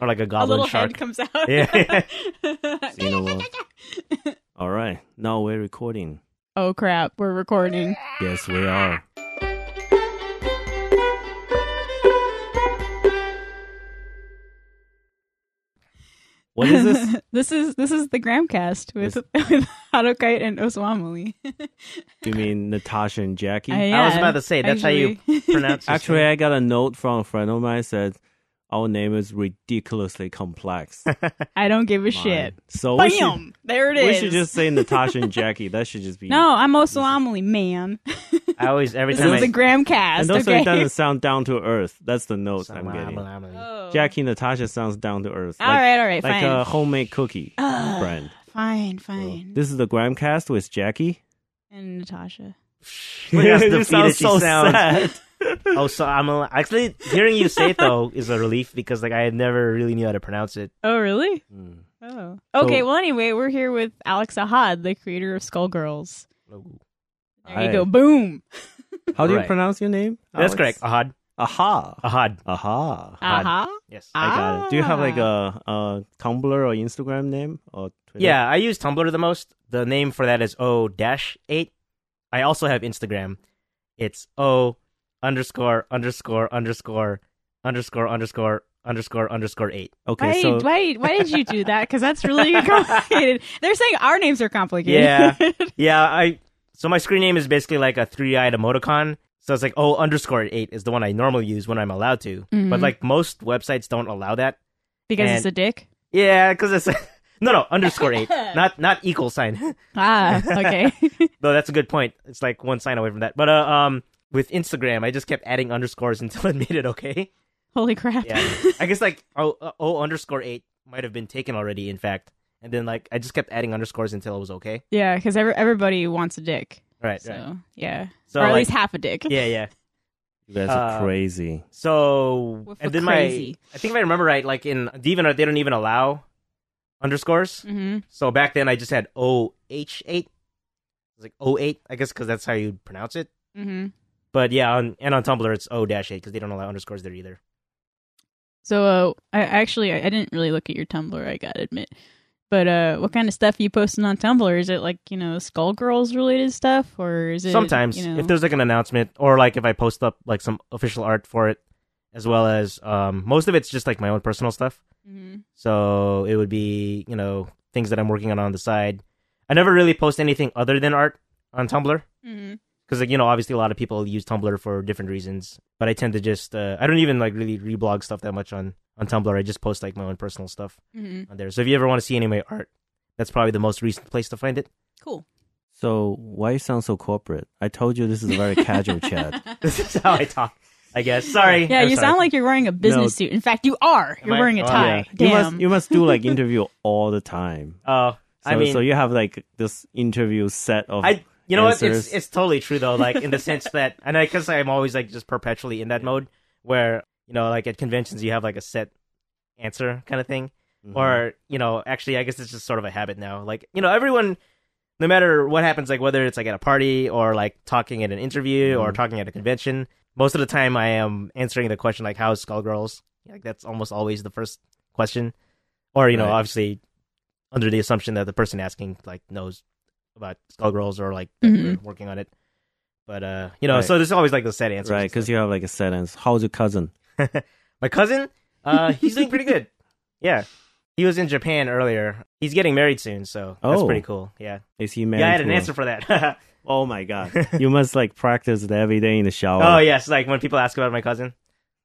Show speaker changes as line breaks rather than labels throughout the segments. or like a
a
goblin
little
shark.
head comes out.
Yeah. Seen a lot. All right. No, we're recording.
oh crap, we're recording.
Yes, we are. What is this?
this is this is the Gramcast with with Hadokite and Oswamali.
You mean Natasha and Jackie?
I was about to say that's how
you
you pronounce. his
Actually,
name.
I got a note from a friend of mine said our name is ridiculously complex.
I don't give a
Mine.
shit.
So we should,
Bam! There it is.
we should just say Natasha and Jackie. That should just be
No, I'm Oswamali, man.
I always every
This
time
is
I
the Gramcast.
And also,
okay.
it doesn't sound down to earth. That's the note I'm getting.
Salamamali.
Oh.
Jackie Natasha sounds down to earth.
all right, all right,
like
fine.
a homemade cookie
Ah.
brand.
fine, fine.
This is the Gramcast with Jackie.
and Natasha.
Look how
It
defeated
just sounds
she
so
sounds.
sad.
Oh, so I'm a, actually hearing you say it though is a relief because like I had never really knew how to pronounce it.
Oh, really?
Mm.
Oh. Okay,
So-
well, anyway, we're here with Alex Ahad, the creator of Skullgirls.
Oh,
There
Hi.
you go. Boom.
How do you
Right.
pronounce your name?
That's
Alex?
correct. Ahad.
Aha.
Ahad.
Aha.
Ahad.
Uh-huh.
Yes.
I got it. Do you have like
Ah.
a, a Tumblr or Instagram name or Twitter?
Yeah, I use Tumblr the most. The name for that is O dash eight. I also have Instagram. It's O underscore underscore underscore underscore underscore underscore underscore eight.
Okay.
Why,
so
why, why did you do that? Because that's really complicated. They're saying our names are complicated.
Yeah. Yeah, I so my screen name is basically like a three eyed emoticon. So it's like oh underscore eight is the one I normally use when I'm allowed to.
Mhm.
But like most websites don't allow that.
because
And-
it's a dick.
Yeah, because it's no no underscore eight, not not equal sign.
Ah, okay.
Though that's a good point. It's like one sign away from that. But uh, um, with Instagram, I just kept adding underscores until it made it okay.
Holy crap.
Yeah, I guess like oh, uh, oh underscore eight might have been taken already, in fact. And then like I just kept adding underscores until it was okay.
Yeah, because every, everybody wants a dick.
Right.
So,
right.
yeah.
So
or at
like,
least half a dick.
yeah, yeah.
you guys are
uh,
crazy.
So
With
and
the
then
crazy.
my I think if I remember right, like in DeviantArt they don't even allow underscores.
hmm
So back then I just had O H eight. It's like O eight, I guess, because that's how you pronounce it.
hmm
But yeah, on, and on Tumblr it's O dash eight because they don't allow underscores there either.
So, uh, I actually, I, I didn't really look at your Tumblr, I gotta admit. But uh, what kind of stuff are you posting on Tumblr? Is it like, you know, Skullgirls related stuff? Or is it.
Sometimes
you know-
if there's like an announcement or like if I post up like some official art for it, as well as um, most of it's just like my own personal stuff.
Mhm.
So it would be you know things that I'm working on on the side. I never really post anything other than art on Tumblr.
Mhm.
because like you know obviously a lot of people use tumblr for different reasons but i tend to just uh, i don't even like really reblog stuff that much on on tumblr i just post like my own personal stuff
Mhm.
on there so if you ever want to see any of my art that's probably the most recent place to find it
Cool.
So why you sound so corporate? I told you this is a very casual chat.
this is how i talk i guess sorry
Yeah,
I'm
you
sorry.
sound like you're wearing a business
No.
suit. In fact, you are. You're
I?
wearing a
Oh,
tie.
Yeah. You
Damn.
must you must do like interview all the time.
oh
So,
i mean
so you have like this interview set of
i you know what
answers.
it's it's totally true though like in the sense that and i guess i'm always like just perpetually in that mode where you know like at conventions you have like a set answer kind of thing
Mhm.
or you know actually i guess it's just sort of a habit now like you know everyone no matter what happens like whether it's like at a party or like talking at an interview or
Mhm.
talking at a convention most of the time i am answering the question like how's skullgirls like that's almost always the first question or you know
Right.
obviously under the assumption that the person asking like knows about skullgirls or like that
Mhm.
we're working on it but uh you know
Mm-hmm. Right.
so there's always like the set answer
right because you have like a sentence. How's your cousin?
my cousin, uh, he's doing pretty good. Yeah. He was in Japan earlier. He's getting married soon, so that's
Oh.
pretty cool. Yeah.
Is he married?
yeah, I had
to
an
a-
answer for that.
Oh my god! you must like practice it every day in the shower.
oh yes, like when people ask about my cousin.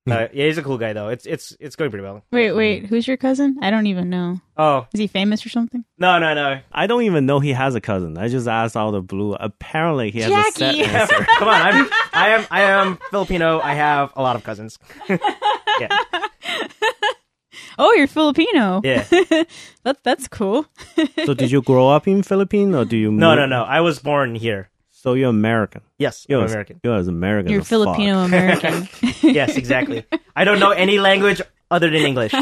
Uh, yeah, he's a cool guy though. It's it's it's going pretty well.
wait, wait. Who's your cousin? I don't even know.
Oh
Is he famous or something?
no no no!
I don't even know he has a cousin. I just asked out of the blue. Apparently, he has a set
Jackie!
answer.
Come on, I'm I am I am Filipino. I have a lot of cousins. yeah
Oh, you're Filipino.
yeah.
that, that's cool.
so, did you grow up in Philippines or do you?
No
move-
no no! I was born here.
So you're American.
Yes,
You're
I'm
as-
American.
You're as American.
You're
as fuck.
Filipino American.
Yes, exactly. I don't know any language other than English.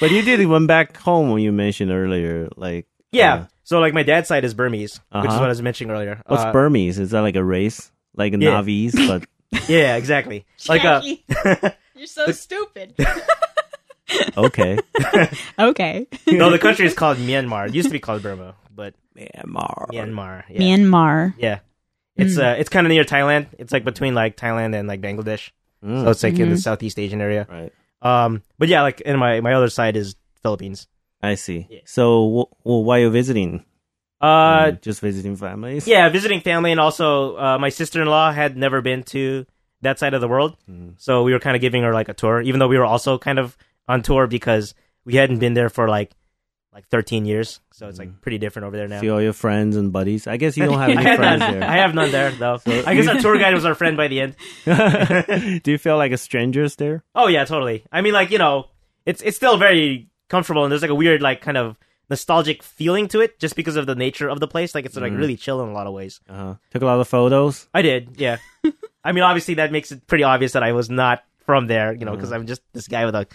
But you did went back home when you mentioned earlier. Like,
Yeah.
uh,
so like my dad's side is Burmese, which is
Uh-huh.
what I was mentioning earlier.
what's
Uh,
Burmese? Is that like a race? Like
Yeah.
Navis, but
Yeah, exactly. Like uh,
you're so stupid.
Okay.
Okay.
no, the country is called Myanmar. It used to be called Burma, but
Myanmar.
Myanmar. Yeah.
Myanmar.
Yeah. It's uh it's kind of near Thailand. It's like between like Thailand and like Bangladesh.
Mm,
So it's like in the
Mhm.
Southeast Asian area.
right.
Um but yeah, like and my my other side is Philippines.
I see.
Yeah.
So, wh- well, why are you visiting?
Uh
just visiting families?
yeah, visiting family and also uh my sister-in-law had never been to that side of the world.
Mm.
So we were kind of giving her like a tour even though we were also kind of on tour because we hadn't been there for like like 13 years. So it's like pretty different over there now.
See all your friends and buddies. I guess you don't have
I,
any
had
friends
none. I
there.
have none there though.
So
I guess our tour guide was our friend by the end.
Do you feel like a stranger's there?
Oh yeah, totally. I mean, like you know, it's it's still very comfortable, and there's like a weird like kind of nostalgic feeling to it, just because of the nature of the place. Like it's like
Mhm.
really chill in a lot of ways.
Uh-huh. Took a lot of photos.
I did, yeah. I mean, obviously that makes it pretty obvious that I was not from there, you know,
Mm-hmm.
because I'm just this guy with a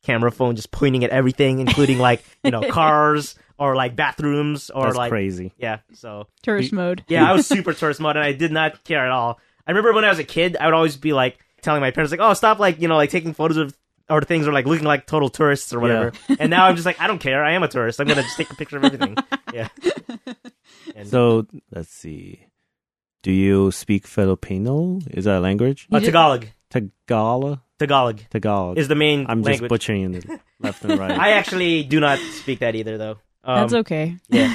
camera phone just pointing at everything, including like you know cars or like bathrooms or
That's
like
crazy.
yeah. So
Tourist mode.
yeah, I was super tourist mode, and I did not care at all. I remember when I was a kid, I would always be like telling my parents, like, "Oh, stop, like you know, like taking photos of or things or like looking like total tourists or whatever." and now I'm just like, I don't care. I am a tourist. I'm gonna just take a picture of everything. Yeah. And,
So, let's see. Do you speak Filipino? Is that a language?
uh, Tagalog,
Tagalog?
Tagalog
Tagalog.
is the main
I'm just
language.
butchering it left and right.
I actually do not speak that either, though. Um,
That's okay.
yeah.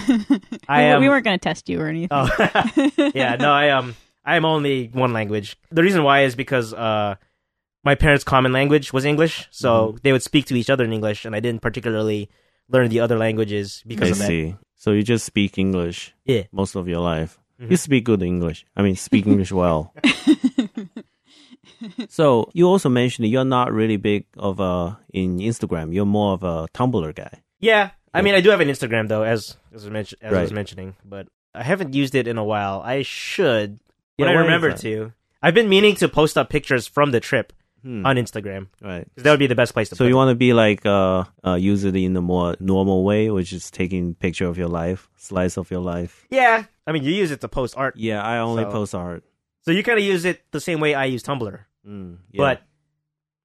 I
we,
am.
we weren't going to test you or anything.
oh. yeah, no, I um, I am only one language. The reason why is because uh, my parents' common language was English, so
Mm-hmm.
they would speak to each other in English, and I didn't particularly learn the other languages because
I
of that.
see. So you just speak English
Yeah.
most of your life.
Mhm.
You speak good English. I mean, speak English well. so you also mentioned you're not really big of a in Instagram. You're more of a Tumblr guy.
Yeah, I
Yeah.
mean, I do have an Instagram though, as as, I, mentioned, as I was
Right.
mentioning, but I haven't used it in a while. I should when I
Yeah, why is
remember
that?
to. I've been meaning to post up pictures from the trip
Hmm.
on Instagram.
right.
'cause That would be the best place to. put
So
it.
you want to be like uh, uh, use it in a more normal way, which is taking picture of your life, slice of your life.
Yeah, I mean, you use it to post art,
Yeah, I only
So-
post art.
so you kind of use it the same way I use Tumblr.
Mm, yeah.
But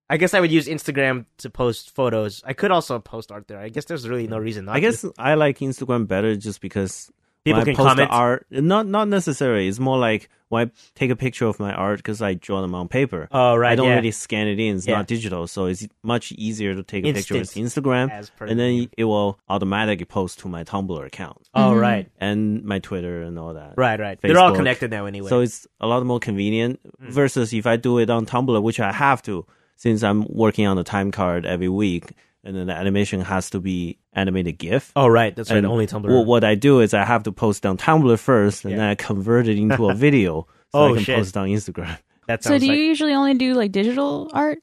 I guess I would use Instagram to post photos. I could also post art there. I guess there's really no reason not
I guess
to.
I like Instagram better just because
people
when I
can
post the
comment.
art. Not not necessarily. It's more like when I take a picture of my art because I draw them on paper.
Oh right,
I don't
yeah.
really scan it in. It's
Yeah.
not digital, so it's much easier to take a picture with
Instant.
Instagram,
As per
and then it will automatically post to my Tumblr account
oh
Mhm.
right,
and my Twitter and all that.
right, right. They're all
Facebook.
connected now anyway.
So it's a lot more convenient
Mm.
versus if I do it on Tumblr, which I have to since I'm working on a time card every week, and then the animation has to be animated GIF.
oh right, that's right.
And
Only Tumblr.
Well, what I do is I have to post on Tumblr first, and
Yeah.
then I convert it into a video so
Oh,
I can
shit.
post on Instagram.
that
so
sounds
do
like.
you usually only do like digital art?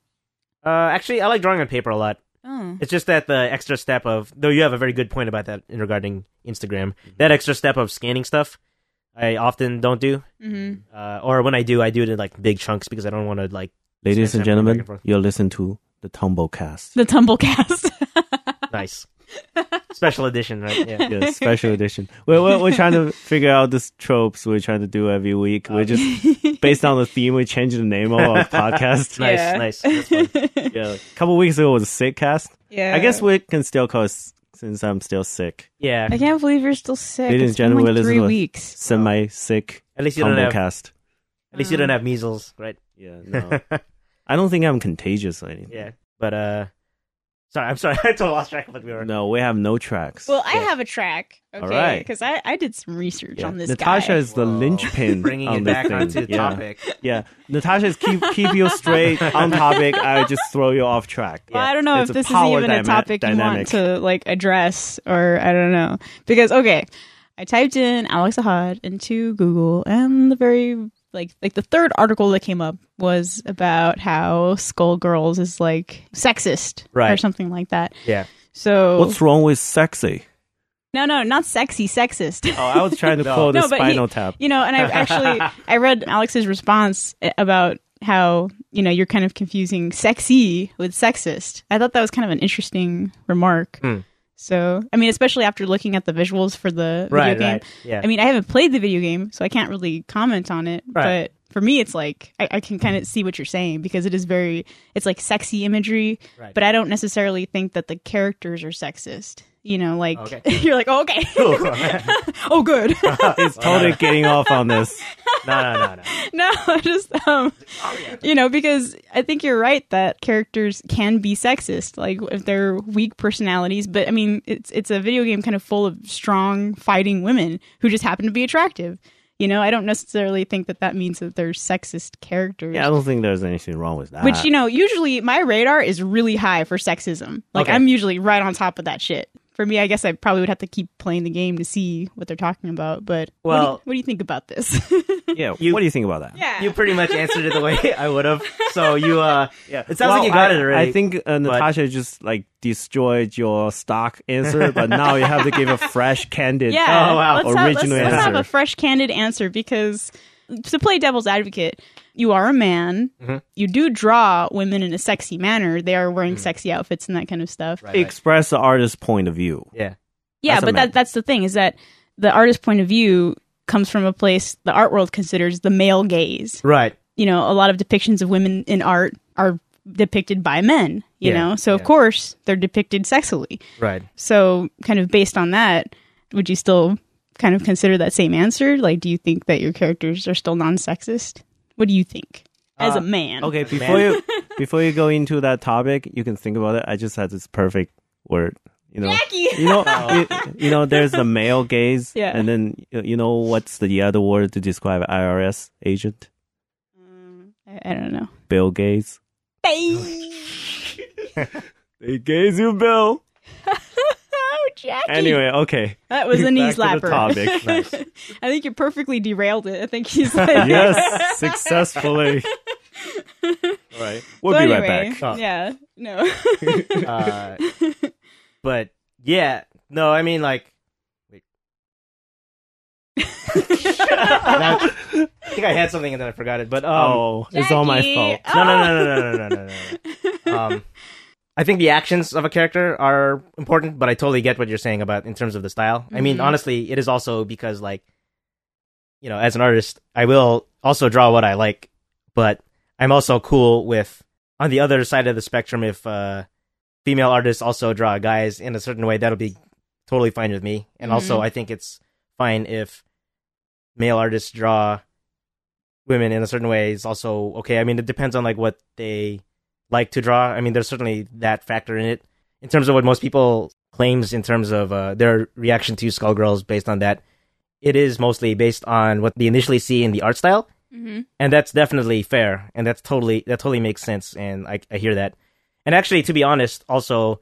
Uh, actually, I like drawing on paper a lot.
Oh.
It's just that the extra step of though you have a very good point about that in regarding Instagram.
Mm-hmm.
That extra step of scanning stuff, I often don't do.
hmm
Uh, or when I do, I do it in like big chunks because I don't want to like.
Ladies
Same, same, going back
and gentlemen,
and forth.
you're listening to the Tumblecast,
The Tumblecast.
Nice. Special edition, right? Yeah.
yeah, special edition. We're, we're we're trying to figure out these tropes we're trying to do every week.
Um,
We're just based on the theme, we change the name of our podcast.
Nice,
Yeah.
nice. That's fun.
Yeah, a couple weeks ago was Sickcast.
yeah.
I guess we can still call it s- since I'm still sick.
Yeah.
I can't believe you're still sick.
Ladies and
It's been
gentlemen,
like
this is
three
what-
weeks.
Semi-sick
At least you don't have.
Tumblecast.
At least you don't have measles, right?
Yeah, no, I don't think I'm contagious or anything.
yeah. But uh, sorry, I'm sorry. I totally lost track of what we were.
No, we have no tracks.
Well, I
Yeah.
have a track, okay?
All right.
Because I, I did some research
Yeah.
on this
Natasha
guy.
is the
Whoa.
linchpin
Bringing
on
it
this
back
thing.
onto the
yeah.
topic.
Yeah, Natasha is keep keep you straight on topic. I just throw you off track.
Well, I don't know
It's
if
a
this is
power
even a
dyna-
topic
dynamic.
you want to like address, or I don't know. Because okay, I typed in Alex Ahad into Google, and the very like like the third article that came up was about how Skullgirls is like sexist or
Right.
something like that.
Yeah.
So
What's wrong with sexy?
no, no, not sexy, sexist.
Oh, I was trying to
No.
pull the
No, but he-
Spinal Tap.
you know and i actually i read alex's response about how you know you're kind of confusing sexy with sexist i thought that was kind of an interesting remark
Hmm.
so i mean especially after looking at the visuals for the
Right.
video game
Right. Yeah.
i mean i haven't played the video game so i can't really comment on it
Right.
but for me, it's like I, I can kind of see what you're saying because it is very, it's like sexy imagery,
Right.
but I don't necessarily think that the characters are sexist. You know, like
Okay.
you're like, oh, okay,
Cool.
oh, good.
He's totally getting off on this.
no, no, no, no.
no, I just um,
Oh,
you know, because I think you're right that characters can be sexist, like if they're weak personalities. But I mean, it's it's a video game kind of full of strong fighting women who just happen to be attractive. You know, I don't necessarily think that that means that they're sexist characters.
Yeah, I don't think there's anything wrong with that.
Which you know, usually my radar is really high for sexism. Like
Okay.
I'm usually right on top of that shit. For me, I guess I probably would have to keep playing the game to see what they're talking about. But what do you-
Well-
what do you, think about this?
yeah.
you-
what do you think about that?
yeah,
You pretty much answered it the way I would have. So you, uh, yeah. It sounds
Well,
like you got
I,
it already.
I think uh, Natasha just like destroyed your stock answer, but now you have to give a fresh, candid,
Yeah.
Oh, wow.
Let's, have, let's,
original
let's
answer.
have a fresh, candid answer because to play devil's advocate, you are a man. You do draw women in a sexy manner. They are wearing sexy outfits and that kind of stuff.
Right, right.
Express the artist's point of view.
Yeah.
Yeah,
That's a
but
man.
that, that's the thing is that the artist's point of view comes from a place the art world considers the male gaze.
Right.
You know, a lot of depictions of women in art are depicted by men, you
Yeah,
know? So, of
yeah.
course, they're depicted sexually.
Right.
So, kind of based on that, would you still kind of consider that same answer? Like, do you think that your characters are still non sexist? What do you think as a
Uh,
man?
Okay,
As a
before
man.
you before you go into that topic, you can think about it. I just had this perfect word. You know,
Jackie!
you know, you, you know. There's the male gaze,
Yeah.
and then you you know what's the other word to describe IRS agent?
I, I don't know.
Bill gaze. They gaze you, Bill.
oh, Jackie.
Anyway, okay.
that was a knee
back to the
slapper.
topic.
Nice.
I think you perfectly derailed it. I think he's like,
Yes, successfully.
Right.
We'll
So
be
anyway,
right back.
Oh.
Yeah, no.
Uh, but yeah, no, I mean like. wait. Now, I think I had something and then I forgot it. But um,
oh, it's all my
Jackie.
fault.
no, no, no, no, no, no, no, no, no. Um, I think the actions of a character are important, but I totally get what you're saying about in terms of the style. I mean,
Mhm.
honestly, it is also because like, you know, as an artist, I will also draw what I like, but I'm also cool with on the other side of the spectrum if uh, female artists also draw guys in a certain way, that'll be totally fine with me. And also,
Mhm.
I think it's fine if male artists draw women in a certain way is also okay. I mean, it depends on like what they like to draw. I mean, there's certainly that factor in it. In terms of what most people claims in terms of uh, their reaction to Skullgirls based on that, it is mostly based on what they initially see in the art style,
Mhm.
and that's definitely fair, and that's totally that totally makes sense, and I, I hear that. And actually, to be honest, also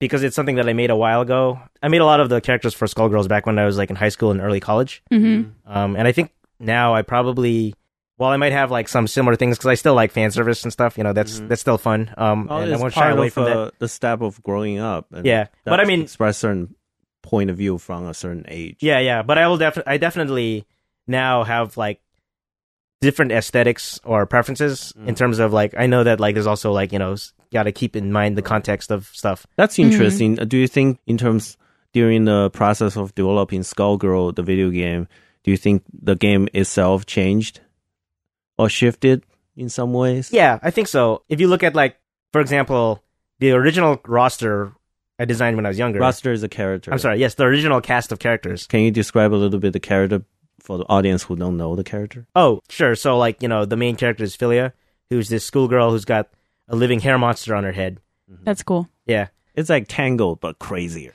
because it's something that I made a while ago, I made a lot of the characters for Skullgirls back when I was like in high school and early college.
mm.
Mhm.
Mm-hmm.
Um, and I think now I probably, well, I might have like some similar things because I still like fan service and stuff. You know, that's
Mhm.
that's still fun. Um,
Well,
and I
Oh, it's
won't shy
part
away
of
from that.
uh, the step of growing up. and
Yeah, but I
that's
mean-
express certain point of view from a certain age.
Yeah, yeah. But I will definitely, I definitely now have like different aesthetics or preferences in
Mm.
terms of like I know that like there's also like you know got to keep in mind the context of stuff.
That's
Mm-hmm.
interesting. Uh, Do you think, in terms during the process of developing Skullgirl, the video game, do you think the game itself changed or shifted in some ways?
Yeah, I think so. If you look at like, for example, the original roster I designed when I was younger.
Roster is a character.
I'm sorry. Yes, the original cast of characters.
Can you describe a little bit the character for the audience who don't know the character?
Oh, sure. So, like, you know, the main character is Philia, who's this schoolgirl who's got a living hair monster on her head.
That's cool.
Yeah.
It's like Tangled, but crazier.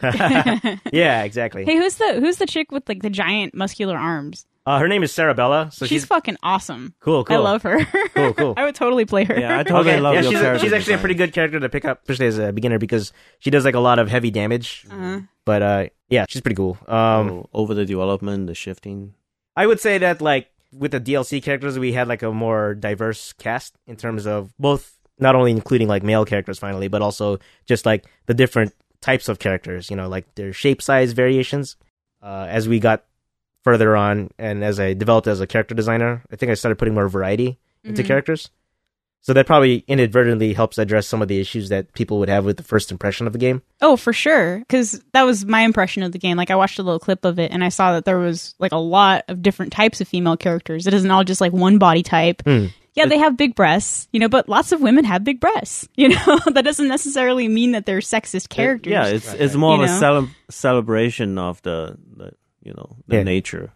Yeah, exactly.
Hey, who's the who's the chick with like the giant muscular arms?
Uh, her name is Sarabella. So
she's,
she's,
fucking awesome.
cool, cool.
I love her.
Cool, cool.
I would totally play her.
yeah, I totally
Okay,
love
yeah,
your
she's,
character.
she's actually a
design.
pretty good character to pick up, especially as a beginner, because she does like a lot of heavy damage.
Uh-huh.
But uh, yeah, she's pretty cool. Um,
So, over the development, the shifting.
I would say that like with the DLC characters, we had like a more diverse cast in terms of both not only including like male characters finally, but also just like the different types of characters. You know, like their shape size variations. Uh, as we got further on, and as I developed as a character designer, I think I started putting more variety into
Mhm.
characters. So that probably inadvertently helps address some of the issues that people would have with the first impression of the game.
Oh, for sure. Because that was my impression of the game. Like, I watched a little clip of it and I saw that there was like a lot of different types of female characters. It isn't all just like one body type.
Hmm.
Yeah, they have big breasts, you know, but lots of women have big breasts. You know, that doesn't necessarily mean that they're sexist characters.
Yeah, it's it's more
You
of a
know?
cele- celebration of the, the you know the
Yeah.
nature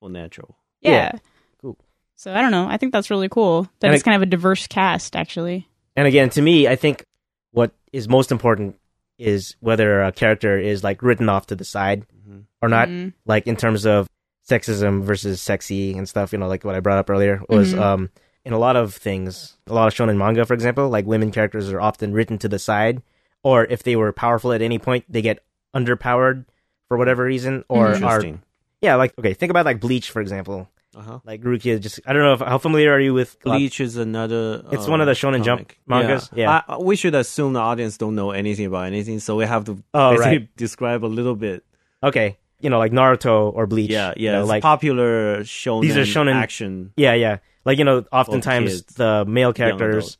or natural.
yeah.
yeah. Cool.
So I don't know. I think that's really cool that
And
it's
I-
kind of a diverse cast, actually.
And again, to me, I think what is most important is whether a character is like written off to the side
Mhm.
or not,
Mhm.
like in terms of sexism versus sexy and stuff, you know, like what I brought up earlier was
Mhm.
um in a lot of things, a lot of shonen manga, for example, like women characters are often written to the side, or if they were powerful at any point, they get underpowered for whatever reason, or are
Interesting.
yeah, like okay, think about like Bleach, for example,
Uh-huh.
like Rukia. Just I don't know if, how familiar are you with uh,
Bleach is another.
It's
uh,
one of the Shonen Jump
comic.
mangas, yeah.
I, I- we should assume the audience don't know anything about anything, so we have to
Oh,
basically
right.
describe a little bit.
okay, you know, like Naruto or Bleach.
Yeah,
you
yeah.
know,
it's
like
popular shonen.
These are shonen-
action.
yeah, yeah. Like you know, oftentimes
kids,
the male
young adult.
characters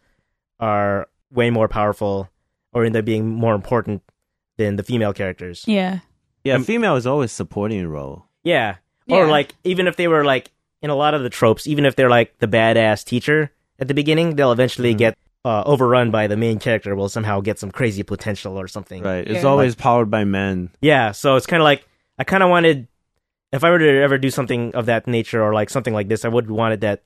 are way more powerful or end up being more important than the female characters.
Yeah.
Yeah,
Um,
female is always supporting role.
Yeah. Or
Yeah.
like even if they were like in a lot of the tropes, even if they're like the badass teacher at the beginning, they'll eventually
Mhm.
get uh, overrun by the main character. Will somehow get some crazy potential or something.
Right. It's
Yeah.
always powered by men.
Yeah. So it's kind of like I kind of wanted if I were to ever do something of that nature or like something like this, I would wanted that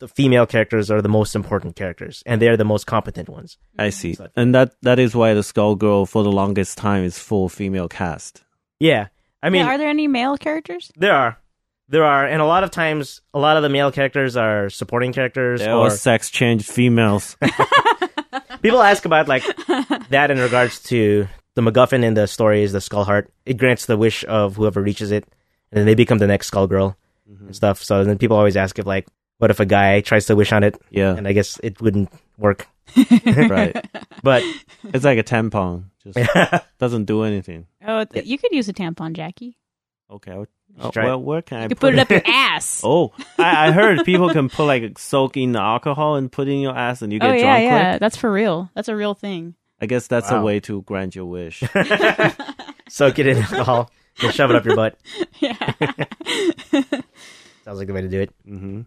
the female characters are the most important characters and they're the most competent ones.
I see.
So-
And that that is why the Skullgirl for the longest time is full female cast.
Yeah. I mean,
yeah, are there any male characters?
there are. There are, and a lot of times, a lot of the male characters are supporting characters,
There
or
are sex changed females.
people ask about like that in regards to the MacGuffin in the story is the Skull Heart. It grants the wish of whoever reaches it, and then they become the next Skull Girl and stuff. So then people always ask if like, what if a guy tries to wish on it,
Yeah,
and I guess it wouldn't work.
right.
But
It's like a tampon. Just doesn't do anything.
Oh, th- you could use a tampon, Jackie.
Okay. I'll- Oh,
try it.
well, where can I
You could put it up your ass.
Oh, I, I heard people can put like soak in the alcohol and put it in your ass, and you get
oh yeah,
drunk.
yeah.
Quick.
That's for real. That's a real thing.
I guess that's
Wow.
a way to grant your wish.
soak it in alcohol and shove it up your butt.
yeah.
Sounds like the way to do it.
hmm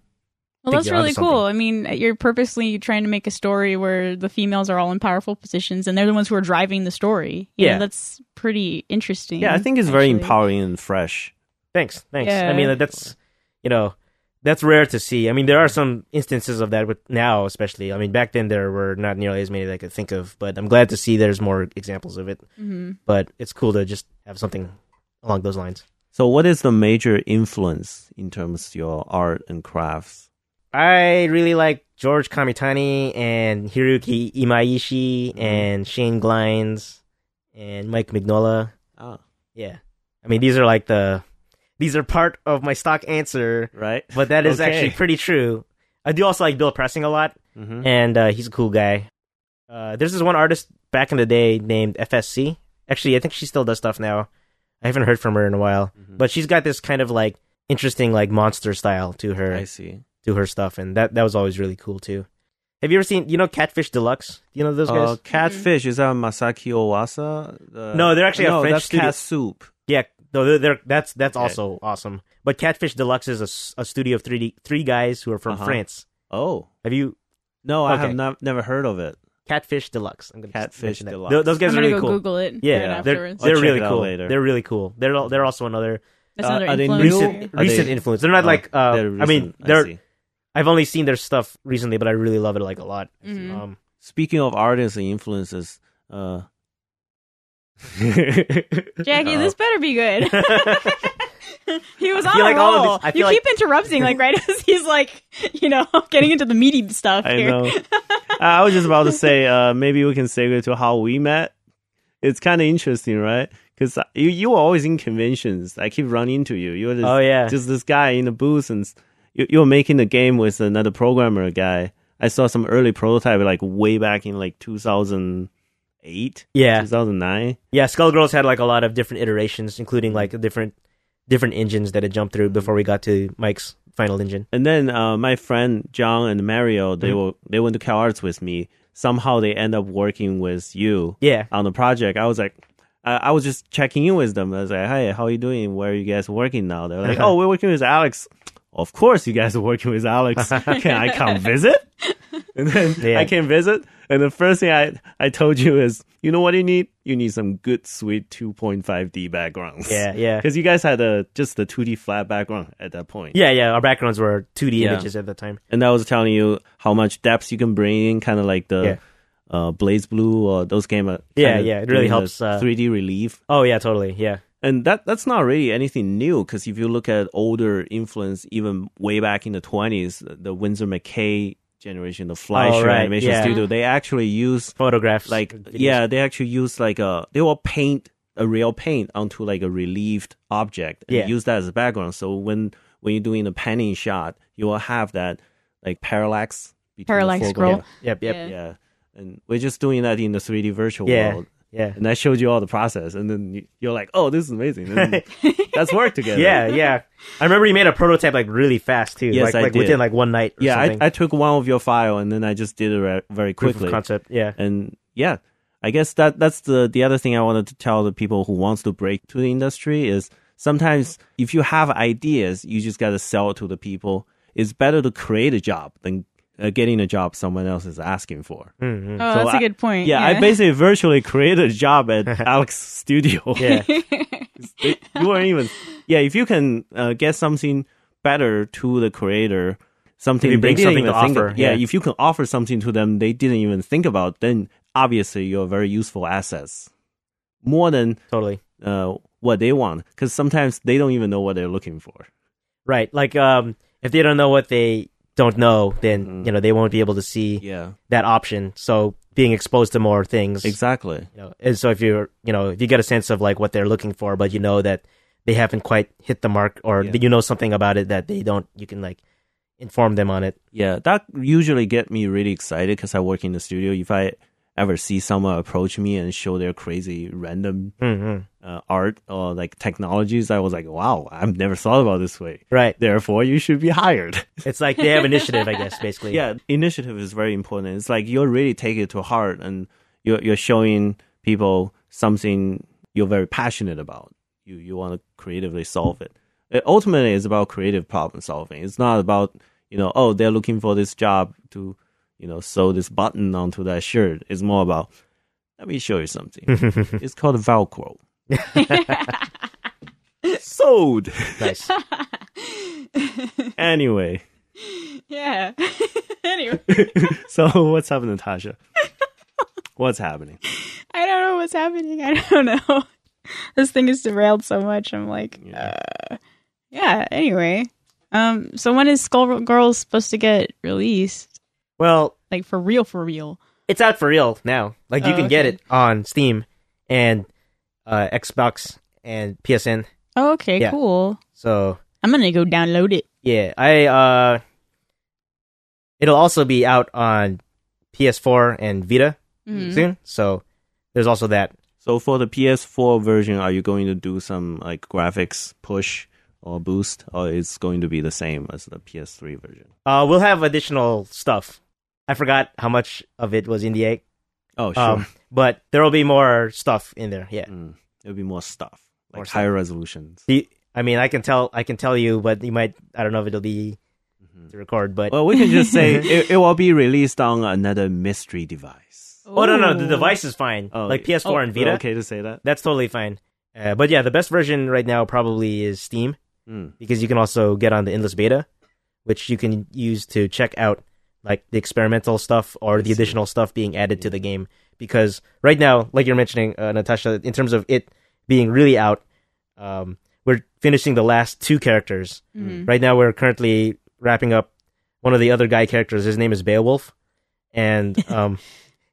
Well,
Think
that's
you're onto
really cool. I mean, you're purposely trying to make a story where the females are all in powerful positions and they're the ones who are driving the story. You know,
Yeah.
that's pretty interesting.
Yeah, I think it's very
actually.
empowering and fresh.
Thanks, thanks.
Yeah.
I mean, that's you know, that's rare to see. I mean, there are some instances of that with now, especially. I mean, back then there were not nearly as many that I could think of, but I'm glad to see there's more examples of it.
Mhm.
But it's cool to just have something along those lines.
So, what is the major influence in terms of your art and crafts?
I really like George Kamitani and Hiroki Imaishi
Mhm.
and Shane Glines and Mike Mignola.
Ah,
Yeah. I mean, these are like the these are part of my stock answer,
right.
but that is
Okay.
actually pretty true. I do also like Bill Pressing a lot,
hmm
and uh, he's a cool guy. Uh, there's this one artist back in the day named FSC. Actually, I think she still does stuff now. I haven't heard from her in a while,
Mm-hmm.
but she's got this kind of like interesting like monster style to
I
her
see.
to her stuff, and that that was always really cool too. Have you ever seen you know Catfish Deluxe? You know those guys?
Uh, catfish is that Masaki Owasa? The-
No, they're actually a
no,
French
that's
studio.
cat soup.
Yeah, no, they're, they're that's that's
Okay.
also awesome. But Catfish Deluxe is a s- a, studio of three D, three guys who are from
Uh-huh.
France.
Oh
Have you
no, I
Okay.
have not never heard of it.
Catfish Deluxe? I'm gonna just
Catfish
mention that.
Deluxe.
Th- Those
I'm
guys are
gonna go
really cool.
Google it.
Yeah,
right
they're
afterwards.
I'll
they're
check
really
it out
cool.
later.
They're really cool. They're al- they're also another
that's
Uh,
another
are they
influencer.
new?
recent
Are
recent
they-
influence. They're not
Oh,
like uh,
they're
I mean
recent.
they're
see.
I've only seen their stuff recently, but I really love it like a lot.
Mhm.
Um,
Speaking of artists and influences, uh,
Jackie,
Uh-oh.
this better be good. he was
I
on
feel
a
like all of
roll.
this- I
you
feel
keep interrupting, like right as he's like, you know, getting into the meaty stuff
I
here.
know. I was just about to say, uh, maybe we can segue to how we met. It's kind of interesting, right? Because you you were always in conventions. I keep running into you. You're this,
oh yeah,
just this guy in the booth, and s- you, you were making the game with another programmer guy. I saw some early prototype like way back in like 2008,
yeah,
2009.
yeah. Skullgirls had like a lot of different iterations, including like different different engines that it jumped through before we got to Mike's Final Engine.
And then uh, my friend John and Mario, they
Mhm.
were they went to Cal Arts with me. Somehow they end up working with you
Yeah.
on the project. I was like, I, I was just checking in with them. I was like, hey, how you doing? Where are you guys working now? They're like,
Uh-huh.
oh, we're working with Alex. Of course, you guys are working with Alex. Can I come visit? And then
Yeah.
I came visit. And the first thing I, I told you is, you know what you need? You need some good, sweet 2.5D backgrounds.
Yeah, yeah.
Because you guys had a, just the 2D flat background at that point.
Yeah, yeah. Our backgrounds were 2D
Yeah.
images at the time.
and that was telling you how much depth you can bring in, kind of like the
Yeah.
uh, Blaze Blue or those game. Are
Yeah,
kinda
yeah, it really
doing the
helps, uh,
3D relief,
Oh, yeah, totally. Yeah.
and that that's not really anything new because if you look at older influence, even way back in the twenties, the Windsor McKay generation, the Fleischer
Oh, right,
Animation
yeah.
Studio, they actually use
Photographs.
like
videos.
yeah, they actually use like a they will paint a real paint onto like a relieved object and
Yeah.
use that as a background. So when when you're doing a panning shot, you will have that like parallax between the
Parallax
foreground.
Yep, yep.
Yeah. Yeah. and we're just doing that in the 3D virtual
Yeah.
world.
Yeah.
And I showed you all the process, and then you- you're like, "Oh, this is amazing! And Let's work together."
Yeah, yeah. I remember you made a prototype like really fast too.
Yes,
like
I
like
did.
within like one night or
yeah.
something.
I, I took one of your file, and then I just did it re- very
Proof of
quickly.
concept. Yeah.
and yeah i guess that that's the the other thing i wanted to tell the people who wants to break to the industry is sometimes if you have ideas you just got to sell it to the people it's better to create a job than uh, getting a job someone else is asking for
Oh,
hmm
that's a
I-
good point.
yeah, i basically virtually created a job at alex studio
Yeah.
you weren't even yeah if you can uh, get something better to the creator something
If you
they
bring
didn't
something
even
to
think
offer,
of- yeah,
yeah.
if you can offer something to them they didn't even think about then obviously you're very useful assets more than
Totally.
uh, what they want because sometimes they don't even know what they're looking for
Right. Like um if they don't know what they don't know, then
Mm.
you know, they won't be able to see
yeah
that option. So being exposed to more things.
exactly
You know, and so if you're you know, if you get a sense of like what they're looking for, but you know that they haven't quite hit the mark or
Yeah.
that you know something about it that they don't you can like inform them on it.
yeah that usually get me really excited because i work in the studio if i ever see someone approach me and show their crazy random
hmm
uh, art or like technologies i was like wow i've never thought about this way
Right.
therefore you should be hired.
It's like they have initiative, I guess, basically.
yeah, initiative is very important. It's like you're really taking it to heart and you're you're showing people something you're very passionate about. You you want to creatively solve it. It ultimately is about creative problem solving. It's not about you know oh they're looking for this job to you know sew this button onto that shirt. It's more about let me show you something. it's called Velcro. Sewed.
Nice.
Anyway,
yeah. anyway,
so what's up, Natasha? What's happening?
I don't know what's happening. I don't know. This thing is derailed so much. I'm like,
Yeah.
uh, yeah. Anyway, um, so when is Skullgirls supposed to get released?
Well,
Like for real, for real?
it's out for real now. Like you
Oh,
can get
okay.
it on Steam and uh, Xbox and PSN.
Oh, okay,
Yeah.
cool.
So
I'm gonna go download it.
yeah, I uh, it'll also be out on PS4 and Vita
Mhm.
soon. So there's also that.
So for the PS4 version, are you going to do some like graphics push or boost, or it's going to be the same as the PS3 version?
Uh, we'll have additional stuff. I forgot how much of it was in the egg,
Oh, sure.
um, but there will be more stuff in there. Yeah.
Mm. There'll be more stuff, like
More stuff.
higher resolutions.
The- I mean, I can tell. I can tell you, but you might. I don't know if it'll be
Mm-hmm.
to record. But
Well, we can just say it, it will be released on another mystery device.
oh no, no, the
Ooh.
device is fine.
Oh,
like
yeah.
PS4 and
Is it
Vita.
okay to say that?
That's totally fine. Uh, but yeah, the best version right now probably is Steam
Mm.
because you can also get on the endless beta, which you can use to check out like the experimental stuff or
I
the
see.
additional stuff being added to the game. Because right now, like you're mentioning, uh, Natasha, in terms of it being really out, um, we're finishing the last two characters.
Mhm.
Right now, we're currently wrapping up one of the other guy characters. His name is Beowulf, and um,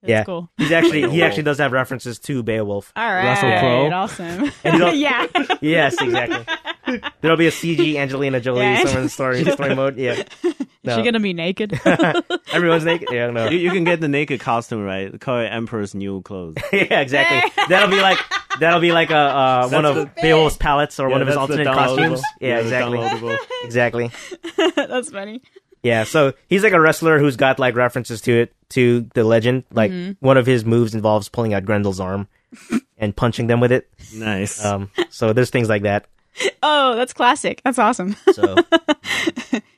That's
Yeah.
cool.
he's actually he
Beowulf.
actually does have references to Beowulf.
All right.
Russell Crowe.
Awesome.
And he's al-
yeah.
Yes, exactly. There'll be a CG Angelina Jolie
Yeah.
somewhere in the story, story mode. Yeah.
Is
No.
she gonna be naked?
Everyone's naked. Yeah, no.
you, you can get the naked costume, right? Call it Emperor's New Clothes.
yeah, exactly. That'll be like That'll be like a uh, one
That's
of
the-
Beowulf's palettes or
Yeah,
one of his
that's the
alternate
downloadable.
costumes. Yeah,
the
exactly.
downloadable.
Exactly.
That's funny.
Yeah, so he's like a wrestler who's got like references to it to the legend. Like
Mm-hmm.
one of his moves involves pulling out Grendel's arm and punching them with it.
Nice.
Um, so there's things like that.
Oh, that's classic. That's awesome.
So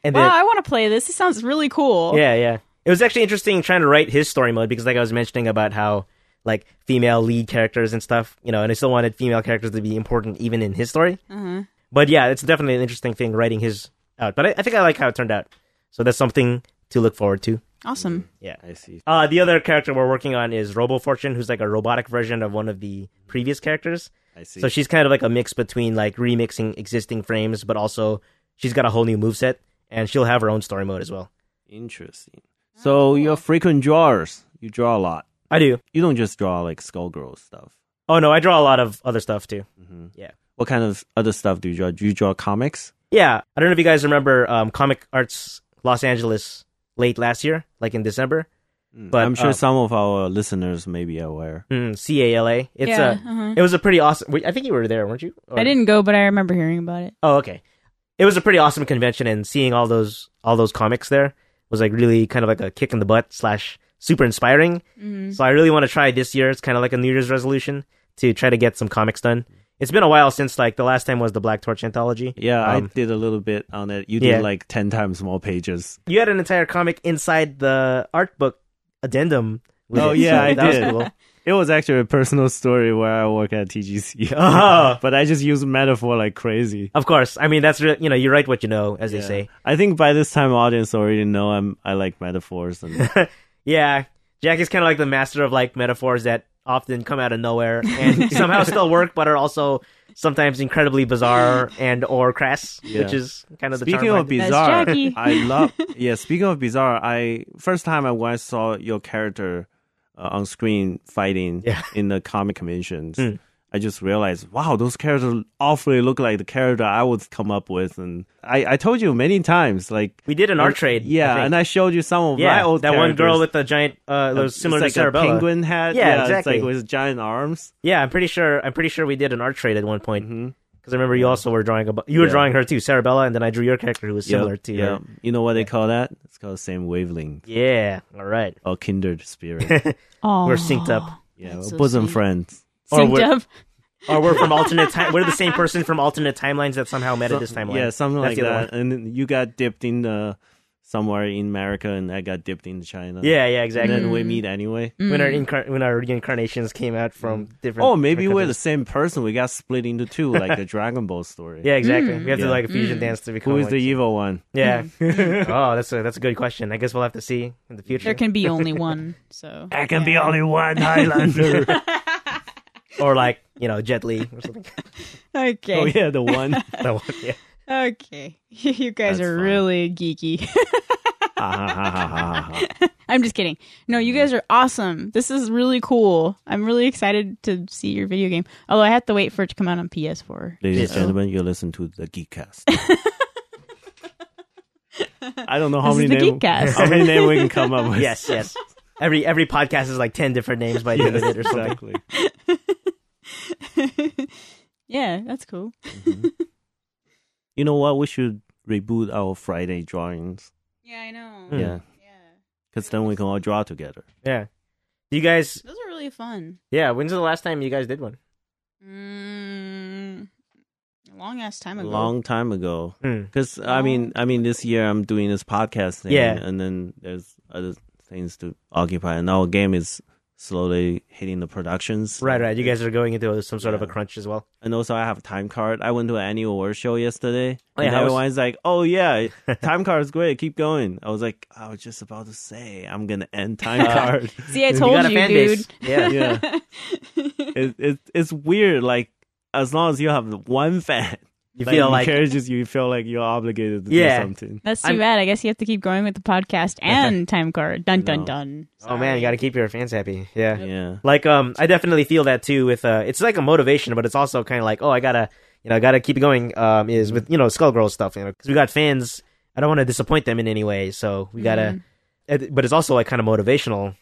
and
wow,
then
I want to play this. This sounds really cool.
yeah, yeah, it was actually interesting trying to write his story mode because like I was mentioning about how like female lead characters and stuff, you know, and I still wanted female characters to be important even in his story.
Uh-huh.
But yeah, it's definitely an interesting thing writing his out. But I, I think I like how it turned out. So that's something to look forward to.
Awesome.
I see.
Uh, the other character we're working on is Robo Fortune, who's like a robotic version of one of the previous characters.
I see.
So she's kind of like a mix between like remixing existing frames, but also she's got a whole new moveset, and she'll have her own story mode as well.
Interesting. So you're frequent drawers. You draw a lot.
I do.
You don't just draw like Skullgirl stuff.
Oh no, I draw a lot of other stuff too.
hmm
Yeah.
What kind of other stuff do you draw? Do you draw comics?
Yeah, I don't know if you guys remember um, Comic Arts Los Angeles late last year, like in December.
Mm,
But,
I'm sure
uh,
some of our listeners may be aware.
Mm, CALA. It's
yeah. uh-huh.
a. It was a pretty awesome. wait, I think you were there, weren't you? Or-
I didn't go, but I remember hearing about it.
Oh, okay. It was a pretty awesome convention, and seeing all those all those comics there was like really kind of like a kick in the butt slash super inspiring.
Mhm.
So I really want to try this year. It's kind of like a New Year's resolution to try to get some comics done. It's been a while since like the last time was the Black Torch anthology.
Yeah,
Um,
I did a little bit on it. You
yeah.
did like 10 times more pages.
You had an entire comic inside the art book addendum. with
Oh,
it,
yeah,
so
I
that was
did.
cool.
It was actually a personal story where I work at TGC.
Oh.
but I just use metaphor like crazy.
Of course, I mean that's re- you know you write what you know, as they
Yeah.
say.
I think by this time, audience already know I'm I like metaphors and
Yeah, Jack is kind of like the master of like metaphors that often come out of nowhere and somehow still work, but are also sometimes incredibly bizarre and or crass,
Yeah.
which is kind of the
Speaking
charm.
of
being
That's
bizarre,
Jackie.
I love. Yeah, speaking of bizarre, I first time I once saw your character uh, on screen fighting
Yeah.
in the comic conventions.
Mm.
I just realized, wow, those characters awfully look like the character I would come up with, and I, I told you many times, like er,
we did an art trade, I
Yeah,
think.
and I showed you some of my
yeah,
old
that one girl
characters.
with the giant, uh,
Uh,
those similar
it's like
to Sarabella.
a penguin hat.
Yeah,
It's
exactly.
like with giant arms.
Yeah, I'm pretty sure. I'm pretty sure we did an art trade at one point because I
Mhm.
remember you also were drawing. A, you were
Yeah.
drawing her too, Sarabella, and then I drew your character who was similar
Yep,
to
yep.
her.
You know what they call that? It's called same wavelength
Yeah, all right.
or kindred spirit.
Oh,
We're synced up,
yeah,
That's so
bosom
sweet.
friends.
Or
Synced
we're-
up.
or Oh, we're from alternate. Ti- we're the same person from alternate timelines that somehow met at this timeline.
Yeah, something
That's
like
the other
that. And then you got dipped in the somewhere in America, and I got dipped in China.
Yeah, yeah,
and
exactly.
then we meet anyway.
Mm-hmm.
When our incar- when our reincarnations came out from different.
Oh, maybe
different
we're the
countries.
same person. We got split into two, like the Dragon Ball story.
Yeah, exactly.
Mm.
We have to
Yeah.
like a fusion dance to become.
Who is
like-
the evil one?
Yeah. oh, that's a that's a good question. I guess we'll have to see in the future.
There can be only one. So
I can be only one Highlander.
or like you know Jet Li or something.
Okay.
oh yeah, the one.
That one, yeah.
Okay. you guys
That's
are
fine.
really geeky.
yeah,
I'm just kidding. No, you guys are awesome. This is really cool. I'm really excited to see your video game. Although I have to wait for it to come out on PS4.
ladies
Yeah.
and gentlemen, you listen to the Geekcast. I don't know how
This is
many
the
name,
Geekcast.
how many name we can come up with.
Yes, yes. Every every podcast is like ten different names by the
Yes,
end of it or something.
exactly.
Yeah, that's cool.
You know what? We should reboot our Friday drawings.
Yeah, I know.
Mm.
Yeah.
Yeah.
Because then we can all draw together.
Yeah. Do you guys?
Those are really fun.
Yeah. When's the last time you guys did one?
Mm, long ass time
A
ago.
long time ago.
Hmm.
Because I mean, I mean, this year I'm doing this podcast thing,
Yeah.
and then there's other things to occupy, and our game is slowly hitting the productions.
Right, right. You guys are going into some sort of a
Yeah.
crunch as well.
and also I have a time card. I went to an annual award show yesterday,
Oh, yeah,
and
how was-
everyone's like, "Oh yeah, time card is great. Keep going." I was like, "I was just about to say I'm gonna end time
Uh,
card."
See, I
You
told
got a
you,
fan
dude.
base. Yeah.
yeah, it, it it's weird. Like as long as you have one fan.
You
Like,
feel like
encourages you, you feel like you're obligated to
Yeah.
do something.
That's too
I'm-
bad. I guess you have to keep going with the podcast and time card. Dun dun
No.
dun.
oh man, you got to keep your fans happy. Yeah.
Yeah.
Like um, I definitely feel that too. With uh, it's like a motivation, but it's also kind of like, oh, I gotta, you know, I gotta keep going. Um, is with you know Skullgirl stuff, you know, because we got fans. I don't want to disappoint them in any way, so we gotta.
Mm-hmm.
it- But it's also like kind of motivational.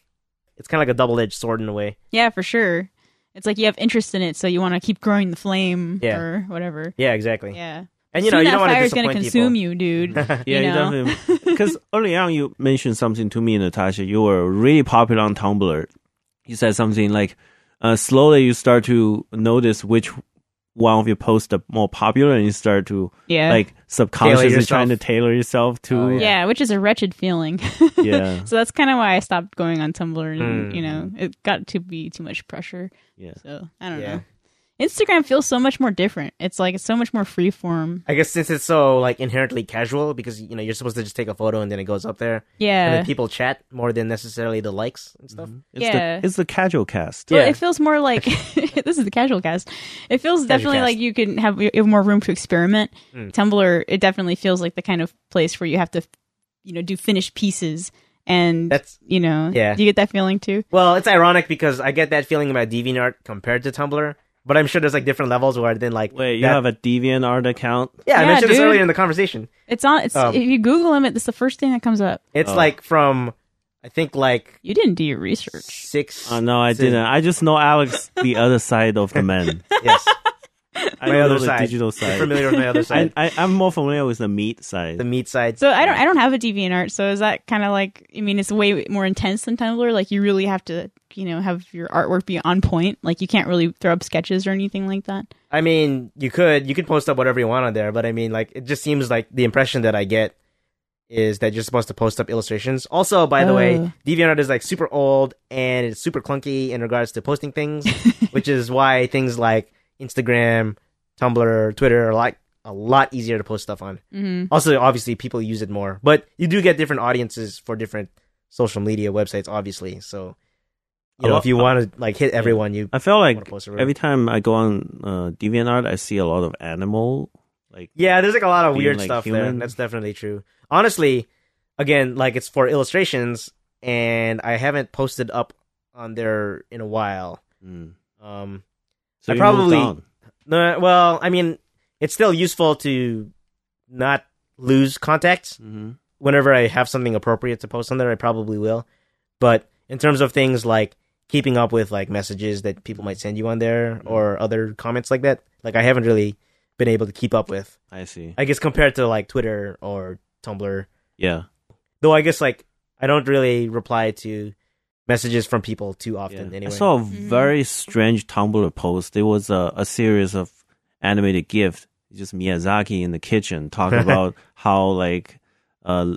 It's kind of like a double edged sword in a way.
Yeah, for sure. It's like you have interest in it, so you want to keep growing the flame
Yeah.
or whatever.
Yeah, exactly.
Yeah,
And you know,
Soon
you
that
don't want to
fire is
disappoint
gonna consume you, dude.
people.
Yeah,
you know?
definitely. Because early on, you mentioned something to me, Natasha. You were really popular on Tumblr. You said something like, uh, slowly you start to notice which one of your posts are more popular, and you start to
yeah,
like subconsciously
yourself.
trying to tailor yourself to
Oh,
yeah. which is a wretched feeling.
Uh-huh.
yeah,
so that's kind of why I stopped going on Tumblr. And,
Mm.
You know, it got to be too much pressure.
yeah.
So I don't
Yeah.
know. Instagram feels so much more different. It's like it's so much more freeform.
I guess since it's so like inherently casual, because you know you're supposed to just take a photo and then it goes up there, and
Yeah.
then people chat more than necessarily the likes and stuff.
It's
Yeah.
the it's the casual cast.
Well,
Yeah.
It feels more like this is the casual cast. It feels definitely
cast.
like you can have, you have more room to experiment.
Mm.
Tumblr, it definitely feels like the kind of place where you have to, you know, do finished pieces, and
That's
you know,
Yeah.
do you get that feeling too?
well, it's ironic because I get that feeling about DeviantArt compared to Tumblr, but I'm sure there's like different levels where then like
Wait, you
that-
have a DeviantArt account?
yeah, I
Yeah,
mentioned this
dude.
earlier in the conversation.
It's on. It's
Um,
if you Google them, it's the first thing that comes up.
It's
Oh.
like from I think like
You didn't do your research.
six.
Oh, no, I
to-
didn't. I just know Alex, the other side of the man.
Yes, my
I don't
other
know the
side.
digital
I'm
side.
familiar with my other
I,
side,
I, I'm more familiar with the meat side.
the meat side.
So I don't. I don't have a DeviantArt. So is that kind of like? I mean, it's way more intense than Tumblr. Like you really have to, you know, have your artwork be on point. Like you can't really throw up sketches or anything like that.
I mean, you could you could post up whatever you want on there, but I mean, like it just seems like the impression that I get is that you're supposed to post up illustrations. Also, by the way,
Oh.
DeviantArt is like super old and it's super clunky in regards to posting things, which is why things like Instagram, Tumblr, Twitter are like a lot easier to post stuff on.
Mm-hmm.
Also, obviously, people use it more, but you do get different audiences for different social media websites, obviously. So, you
A
know,
lot-
if you want to like hit everyone, you
I feel
want
like
to post everywhere.
every time I go on uh, DeviantArt, I see a lot of animal. Like,
Yeah, there's like a lot of
Being,
weird
like,
stuff there.
human.
That's definitely true. Honestly, again, like it's for illustrations, and I haven't posted up on there in a while.
mm.
Um,
so
I
you moved
probably-
on.
no, well, I mean, it's still useful to not lose contacts.
Mhm.
Whenever I have something appropriate to post on there, I probably will. But in terms of things like keeping up with like messages that people might send you on there
Mm-hmm.
or other comments like that, like I haven't really been able to keep up with.
I see.
I guess compared to like Twitter or Tumblr.
Yeah,
Though I guess like I don't really reply to messages from people too often
yeah.
anyway.
I saw a very strange Tumblr post. It was a, a series of animated GIF, just Miyazaki in the kitchen talking about how like uh,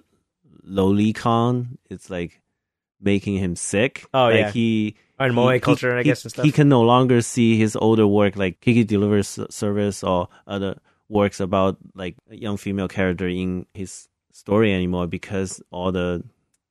Lolicon, it's like making him sick.
Oh,
like,
yeah.
he
and
he-
Moe
he-
culture, I
he-
guess, and stuff.
He can no longer see his older work like Kiki Delivers Service or other works about like a young female character in his story anymore because all the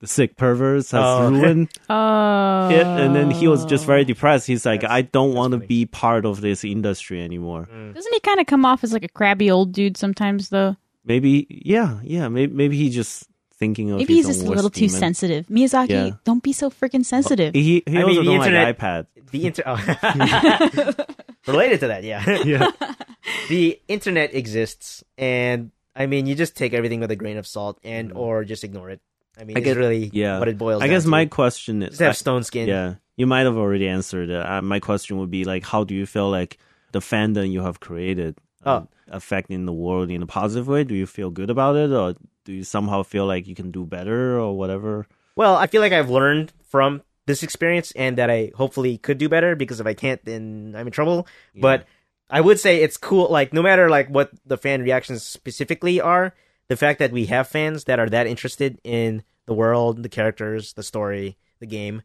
the sick perverts has
Oh.
ruined
Oh,
it. And then he was just very depressed. He's like,
That's-
I don't
that's
want to
funny.
be part of this industry anymore.
Oh. Doesn't he kind of come off as like a crabby old dude sometimes, though?
Maybe, yeah, yeah. Maybe, maybe he just thinking of.
Maybe he's
his own
just a
worst
little too
demon.
sensitive. Miyazaki,
Yeah.
don't be so freaking sensitive.
He he
I
also
mean, the
don't like
internet-
iPad.
The inter oh. related to that, yeah.
Yeah,
the internet exists and I mean you just take everything with a grain of salt and or just ignore it. I mean
Mm-hmm. I
it's
guess-
really
yeah.
what it boils
I guess
down
my
to.
question is
just have stone skin.
Yeah, you might have already answered. it. Uh, my question would be like, how do you feel like the fandom you have created um, affecting the world in a positive way? Do you feel good about it, or do you somehow feel like you can do better or whatever?
Well, I feel like I've learned from this experience and that I hopefully could do better because if I can't then I'm in trouble.
Yeah.
But I would say it's cool like no matter like what the fan reactions specifically are, the fact that we have fans that are that interested in the world, the characters, the story, the game,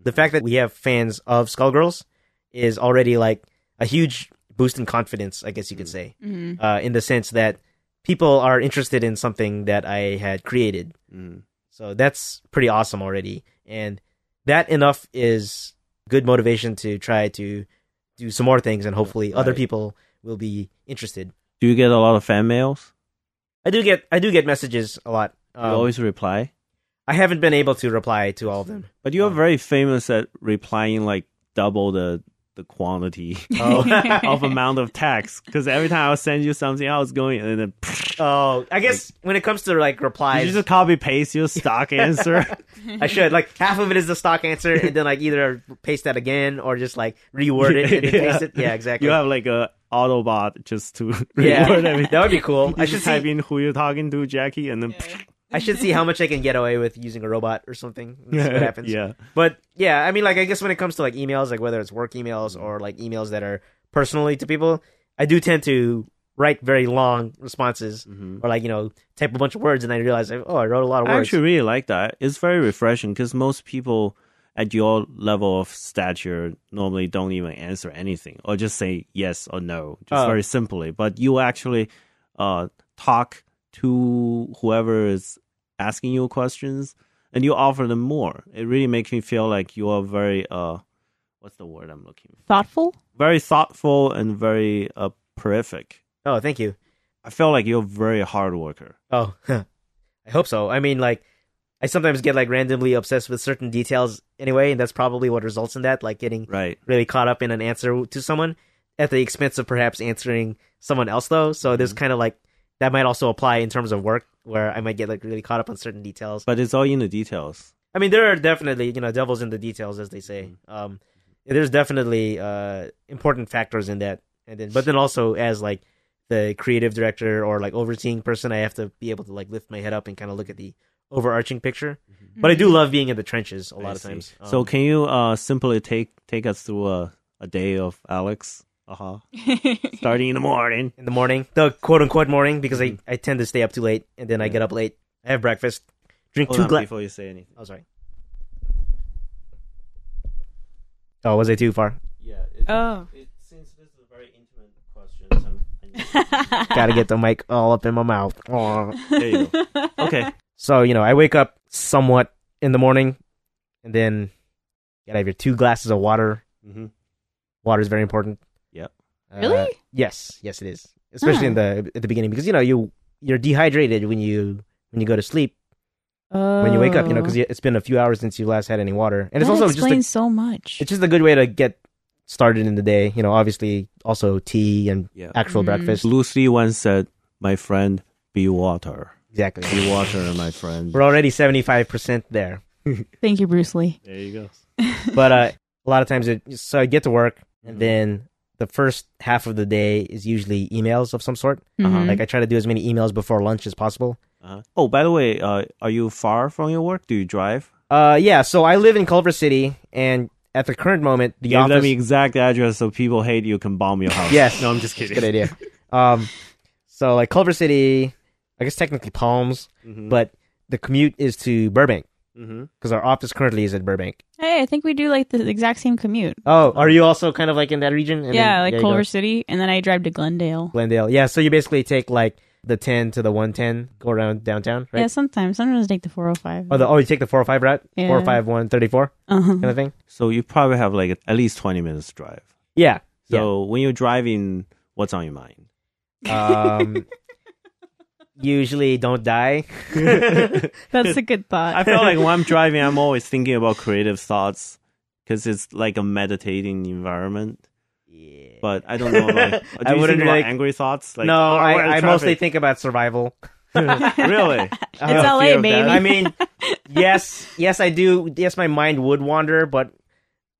the fact that we have fans of Skullgirls is already like a huge boost in confidence, I guess you could say.
Mhm.
Uh, in the sense that people are interested in something that I had created.
Mm.
So that's pretty awesome already. And that enough is good motivation to try to do some more things and hopefully other
Right.
people will be interested.
Do you get a lot of fan mails?
I do get I do get messages a lot.
Do you
Um,
always reply,
I haven't been able to reply to all of them.
but you are
um,
very famous at replying like double the the the quantity
Oh.
of amount of text because every time I would send you something, I was going and then
oh, I guess when it comes to like
did
replies,
you just copy paste your stock answer.
I should like half of it is the stock answer, and then like either paste that again or just like reword it and then
Yeah.
paste it. Yeah, exactly.
you have like a Autobot just to
yeah,
reward everything.
that would be cool.
I
I
should
should
just type
see.
in who you're talking to, Jackie, and then
I should see how much I can get away with using a robot or something. That's what happens.
yeah,
But yeah, I mean, like I guess when it comes to like emails, like whether it's work emails or like emails that are personally to people, I do tend to write very long responses
Mhm.
or like you know type a bunch of words, and I realize oh I wrote a lot of
I
words.
actually really like that. It's very refreshing because most people at your level of stature normally don't even answer anything or just say yes or no, just
Oh.
very simply. But you actually uh, talk to whoever is asking you questions and you offer them more. It really makes me feel like you are very uh, what's the word I'm looking for?
Thoughtful.
Very thoughtful and very uh, prolific.
oh, thank you.
I feel like you're a very hard worker.
Oh, I hope so. I mean, like, I sometimes get like randomly obsessed with certain details anyway, and that's probably what results in that, like getting
Right.
really caught up in an answer to someone at the expense of perhaps answering someone else, though. So there's
Mm-hmm.
kind of like that might also apply in terms of work, where I might get like really caught up on certain details.
But it's all in the details.
I mean, there are definitely you know devils in the details, as they say.
Mm-hmm.
Um, there's definitely uh, important factors in that, and then but then also as like the creative director or like overseeing person, I have to be able to like lift my head up and kind of look at the overarching picture. But I do love being in the trenches a lot
Mm-hmm. I
of
see.
times. Um,
so can you uh, simply take take us through a, a day of Alex? Uh huh. Starting in the morning.
in the morning, the quote unquote morning, because I, I tend to stay up too late, and then I get up late, I have breakfast, drink
Hold
two
on,
glasses.
before you say anything.
Oh, sorry. Oh, was I too far?
Yeah.
Oh.
since this is a very intimate question,
Gotta get the mic all up in my mouth. Aw.
there you go.
Uh,
Okay.
So, you know, I wake up somewhat in the morning and then you gotta have your two glasses of water.
hmm
Water is very important.
Yep.
Uh,
Really?
Yes, yes it is. Especially in the at the beginning because you know, you you're dehydrated when you when you go to sleep, when you wake up, you know, cuz it's been a few hours since you last had any water. And it's
Oh. that
also
explains
just
so much.
a, it's just a good way to get started in the day, you know, obviously also tea and
Yeah.
actual
Mhm.
breakfast.
Lucy once said, "My friend, be water.
Exactly.
Be water, my friend."
We're already 75% there.
Thank you, Bruce Lee.
There you go.
but uh, a lot of times, it, so I get to work, and
Mhm.
then the first half of the day is usually emails of some sort.
Mm-hmm.
Uh-huh.
Like I try to do as many emails before lunch as possible.
Uh-huh. Oh, by the way, uh, are you far from your work? Do you drive?
Uh, yeah. So I live in Culver City, and at the current moment, the
Give
office.
them exact address so people hate you can bomb your house.
Yes.
No, I'm just kidding.
good idea. Um, so like Culver City, I guess technically Palms,
Mm-hmm.
but the commute is to Burbank
hmm
because our office currently is at Burbank.
hey, I think we do like the exact same commute.
Oh, are you also kind of like in that region? And then-
yeah, like
there you go.
Culver City, and then I drive to Glendale.
Glendale. Yeah. So you basically take like the ten to the one ten, go around downtown, right?
Yeah, sometimes sometimes I take the 405.
Oh, the, oh, you take the 405 route? oh
Yeah.
451 34
Uh-huh.
kind of thing?
So you probably have like at least 20 minutes drive.
Yeah.
So when you're driving, what's on your mind?
Yeah. Um, usually don't die. yeah.
That's a good thought.
I feel like when I'm driving, I'm always thinking about creative thoughts because it's like a meditating environment. But I don't know. Like, do
I
you
wouldn't
think about
like-
angry thoughts. Like,
no,
"Oh, we're in
I, I mostly
traffic."
think about survival.
really.
I
It's
have a
LA,
fear of that.
baby.
I mean, yes, yes, I do. Yes, my mind would wander, but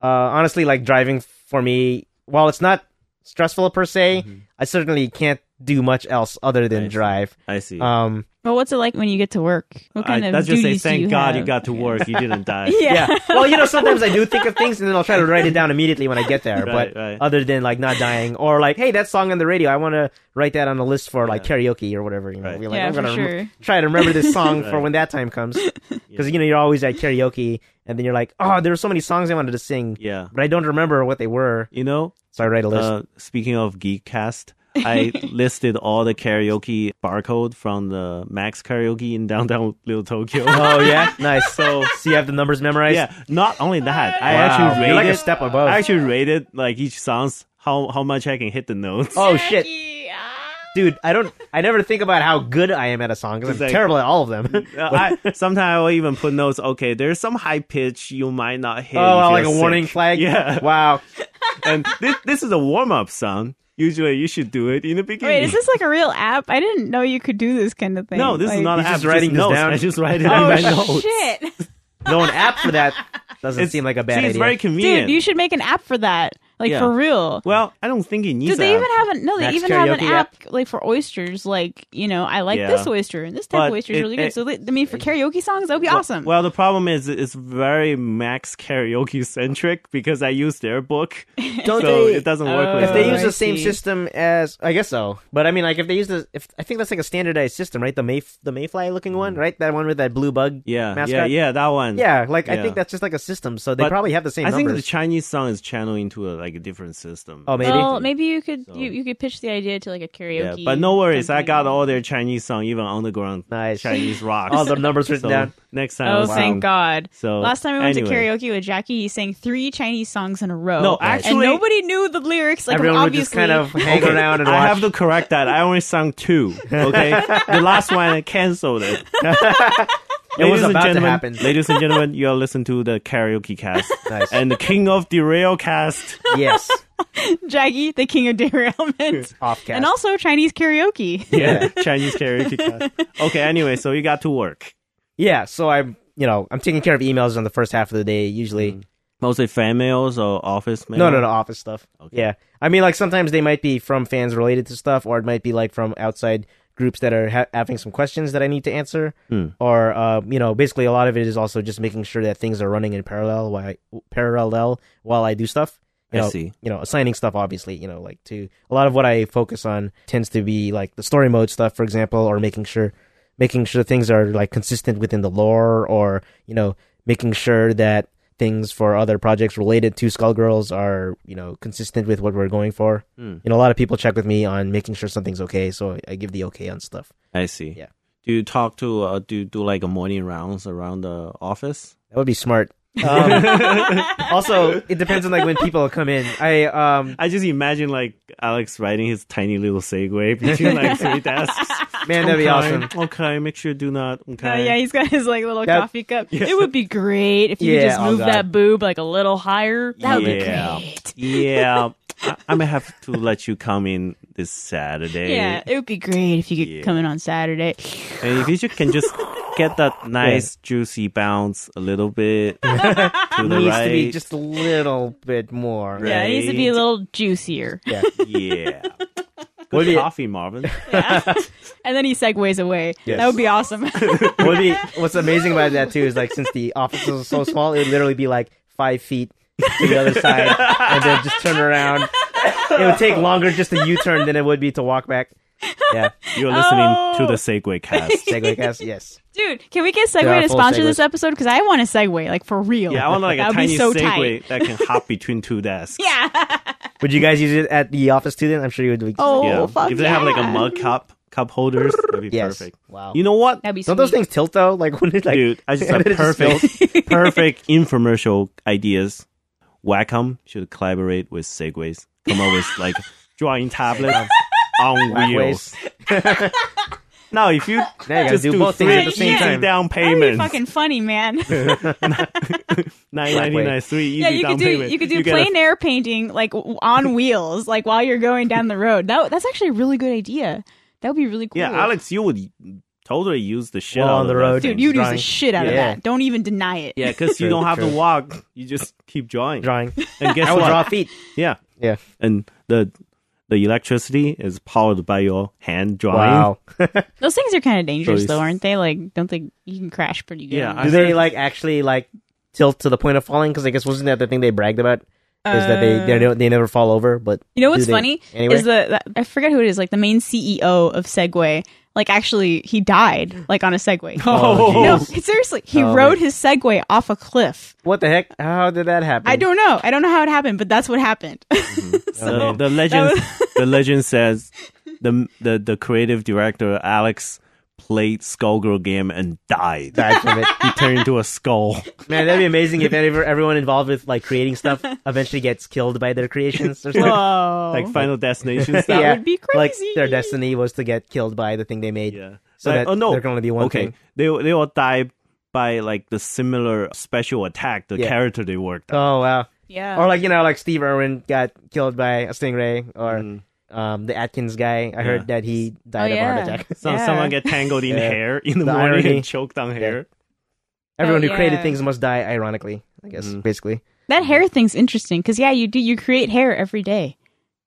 uh, honestly, like driving for me, while it's not stressful per se, I certainly can't do much else other than
Mm-hmm. I see.
drive.
I see.
Um,
well, what's it like when you get to work? What kind
I-
of
that's just say,
duties do
thank
you
God
have?
you got to work. You didn't die.
Yeah.
yeah. Well, you know, sometimes I do think of things and then I'll try to write it down immediately when I get there.
Right,
but
right.
other than like not dying or like, hey, that song on the radio, I want to write that on the list for like
Yeah.
karaoke or whatever. You know,
Right.
Be like,
Yeah,
I'm
for
gonna rem-
sure.
try to remember this song for
Right.
when that time comes because
Yeah.
you know you're always at karaoke and then you're like, oh, there were so many songs I wanted to sing,
yeah.
but I don't remember what they were,
You know,
so I write a list.
Uh, speaking of Geekcast, I listed all the karaoke barcode from the Max Karaoke in downtown Little Tokyo.
oh yeah, nice. So, so you have the numbers memorized.
yeah, not only that, I
Wow.
actually
you're like
rated.
a step above.
I actually rated like each songs how how much I can hit the notes.
oh shit.
ah.
Dude, I don't. I never think about how good I am at a song because I'm
Exactly.
terrible at all of them.
Uh, I, sometimes I will even put notes. Okay, there's some high pitch you might not hit.
Oh,
if
like a
you're sick.
warning flag.
Yeah.
Wow.
and this this is a warm up song. Usually, you should do it in the beginning.
Wait, is this like a real app? I didn't know you could do this kind of thing.
no, this is
Like-
not an
He's
app.
just writing this
notes.
down.
I just write it in my
Oh
notes.
shit,
Though an app for that doesn't seem like a bad
See,
idea.
it's very
dude!
convenient.
You should make an app for that, like
Yeah.
for real.
well, I don't think it needs.
Do they
an
even
app,
have an no? They
Max
even have an
Karaoke
app like for oysters. Like you know, I like
Yeah.
this oyster and this type
But
of oyster is
it-
really good.
it-
so they, I mean, for karaoke songs, that would be
Well-
awesome.
Well, the problem is it's very Max karaoke centric because I use their book,
Don't
so
they-
it doesn't work
Oh,
with
if they
us.
use
I
the same
see.
system as I guess so. But I mean like if they use the if I think that's like a standardized system, right? The Mayf- the Mayfly looking one, right? That one with that blue bug.
Mm. yeah, yeah,
mascot?
yeah, that one.
Yeah, like I
Yeah.
think that's just like a system. So they
But
probably have the same
I think
numbers.
the Chinese song is channeled into a, like a different system.
oh, maybe.
Well, maybe you could
So-
you, you could pitch the idea to like a
yeah.
karaoke.
But no worries, I
company.
got all their Chinese song, even underground
Nice.
Chinese rock.
All the numbers written
so
down.
Next time,
Oh,
I'll sing.
thank God!
So
Last time I went
anyway.
to karaoke with Jackie, he sang three Chinese songs in a row.
No,
and
actually,
nobody knew the lyrics. Like
Everyone would
obviously,
just kind of hang around and watch.
I have to correct that. I only sung two. Okay, the last one I canceled it.
It was
Ladies and
about to
gentlemen-
happen.
Ladies and gentlemen, you're listening to the karaoke cast
Nice.
and the king of derail cast.
yes.
Jackie, the king of derailment,
Off cast.
and also Chinese karaoke.
Yeah, Chinese karaoke cast. Okay, anyway, so you got to work.
yeah, so I'm you know, I'm taking care of emails on the first half of the day usually.
Mm. Mostly fan mails or office mail.
No, no, no, office stuff.
Okay.
Yeah. I mean, like, sometimes they might be from fans related to stuff, or it might be, like, from outside groups that are ha- having some questions that I need to answer.
Hmm.
Or, uh, you know, basically a lot of it is also just making sure that things are running in parallel while I, parallel while I do stuff. You
I
know,
see.
You know, assigning stuff, obviously, you know, like, to a lot of what I focus on tends to be, like, the story mode stuff, for example, or making sure making sure things are like consistent within the lore or you know making sure that things for other projects related to skullgirls are you know consistent with what we're going for
Hmm.
you know a lot of people check with me on making sure something's okay so i give the okay on stuff
I see.
Yeah.
Do you talk to uh, do you do like a morning rounds around the office?
that would be smart um, also it depends on like when people come in i um
I just imagine like Alex riding his tiny little Segway between like three desks.
man that'd be
Okay,
awesome
Okay, make sure do not. Okay.
Oh yeah, he's got his like little
That-
coffee cup.
Yeah.
It would be great if you
Yeah,
could just
oh,
move
God.
that boob like a little higher. That
Yeah.
would be great.
yeah, I, I'm gonna have to let you come in this Saturday.
Yeah, it would be great if you could
Yeah.
come in on Saturday.
and if you ju- can just get that nice juicy bounce a little bit to the
needs
right.
to be just a little bit more
Yeah, it needs to be a
Right.
little juicier.
yeah
yeah,
Would
good
be-
coffee, Marvin.
Yeah. and then he segues away.
Yes.
That would be awesome.
What would be, what's amazing about that too is like since the office is so small, it would literally be like five feet to the other side, and then just turn around. It would take longer just to U turn than it would be to walk back. Yeah,
You're listening to
Oh.
the Segway cast.
segue cast. Yes,
Dude, can we get
There
Segway
are
to
full
sponsor
segues.
this episode? Because I want a Segway, like for real.
Yeah, I want like
That
a
would be
tiny
so
Segway
tight.
that can hop between two desks.
Yeah.
would you guys use it at the office too? Then I'm sure you would. Be,
Oh,
Yeah.
fuck
if they have like a
yeah.
mug cup cup holders, that'd be
yes.
perfect.
Wow.
You know what?
That'd be
Don't those
sweet.
things tilt though? Like when it like
Dude, I just
and
have
it just
perfect, perfect infomercial ideas. Wacom should collaborate with Segways. Come up with like drawing tablet on wheels.
Whackways.
Now, if you
Now you gotta
just
do
do
both things
three-
at the same
easy
time.
down
That'd be
payment,
fucking funny, man.
nine ninety nine, three easy
yeah, you
down
could do
payment.
you could do
get a-
plein air painting like w- on wheels, like while you're going down the road. That that's actually a really good idea. That would be really cool.
yeah, Alex, you would totally use the shit
Well,
out
on
of
the
that
road.
thing.
Dude, you'd use
Drawing.
the shit out of
Yeah.
that. Don't even deny it.
Yeah, because you
True,
don't have to
true.
walk. You just keep drawing.
drawing.
And guess
I would
what?
draw feet.
Yeah.
Yeah.
And the the electricity is powered by your hand drawing.
Wow.
Those things are kind of dangerous,
Those-
though, aren't they? Like, don't they? You can crash pretty good.
Yeah,
on
I-
Do
those.
they like actually like tilt to the point of falling? Because I guess wasn't that the thing they bragged about? is that they they don't- they never fall over. But
Uh, You know what's
do they-
funny
anyway?
is the, that- I forget who it is, like the main CEO of Segway. Like, actually, he died like on a Segway.
Oh,
No,
geez.
seriously, he
Oh,
rode his Segway off a cliff.
what the heck? How did that happen?
I don't know. I don't know how it happened, but that's what happened.
the, the legend the legend says the the the creative director Alex played Skullgirl game and died.
die from it.
He turned into a skull.
Man, that'd be amazing if ever, everyone involved with like creating stuff eventually gets killed by their creations or something.
Whoa.
Like Final Destination
that
style.
yeah,
would be
Like
crazy.
their destiny was to get killed by the thing they made.
Yeah.
So
Like,
that
oh no.
there can only be one
okay.
thing.
They they all die by like the similar special attack, the
Yeah.
character they worked on.
Oh wow.
Yeah.
Or like you know, like Steve Irwin got killed by a stingray, or
Mm.
um, the Atkins guy. I heard that he died
Oh,
of a
yeah.
heart attack.
So
Yeah.
someone get tangled in
Yeah.
hair in the,
The
morning
irony.
and choked on hair.
Everyone
Oh,
who created
yeah.
things must die, ironically. I guess
Mm.
basically.
That hair thing's interesting because yeah, you do you create hair every day.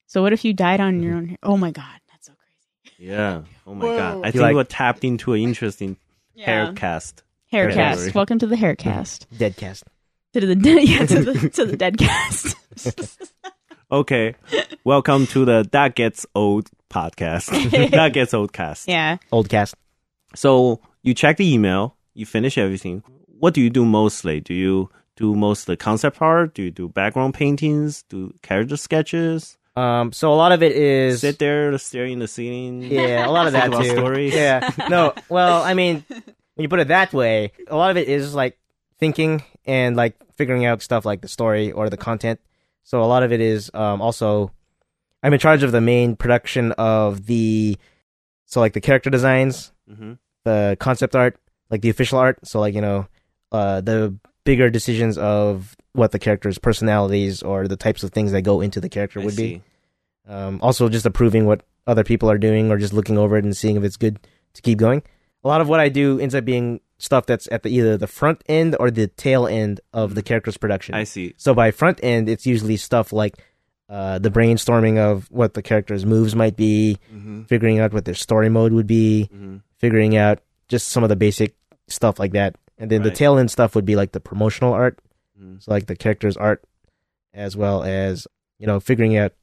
So what if you died on
Mm-hmm.
your own hair? Oh my god, that's so crazy.
Yeah. Oh my god. I
You
think
like-
we're tapped into an interesting hair cast.
Hair
Hair
cast.
category.
Welcome to the hair
Mm-hmm.
cast.
Dead cast.
to the de- yeah, to the to the dead cast.
Okay. Welcome to the That Gets Old podcast. that Gets Old cast.
yeah.
Old cast.
So you check the email, you finish everything. What do you do mostly? Do you do most of the concept art? Do you do background paintings? Do character sketches?
Um, so a lot of it is
Sit there, stare in the ceiling.
yeah, a lot of that
about
too.
stories.
Yeah, no, well, I mean, when you put it that way, a lot of it is like thinking and like figuring out stuff like the story or the content. So a lot of it is um, also, I'm in charge of the main production of the, so like the character designs,
hmm
the concept art, like the official art. So like you know, uh, the bigger decisions of what the character's personalities or the types of things that go into the character would be. Um, also, just approving what other people are doing or just looking over it and seeing if it's good to keep going. A lot of what I do ends up being stuff that's at the either the front end or the tail end of the character's production.
I see.
so by front end, it's usually stuff like uh, the brainstorming of what the character's moves might be,
Mm-hmm.
figuring out what their story mode would be,
hmm
figuring out just some of the basic stuff like that. And then
Right.
the tail end stuff would be like the promotional art,
Mm-hmm.
so like the character's art, as well as you know figuring out.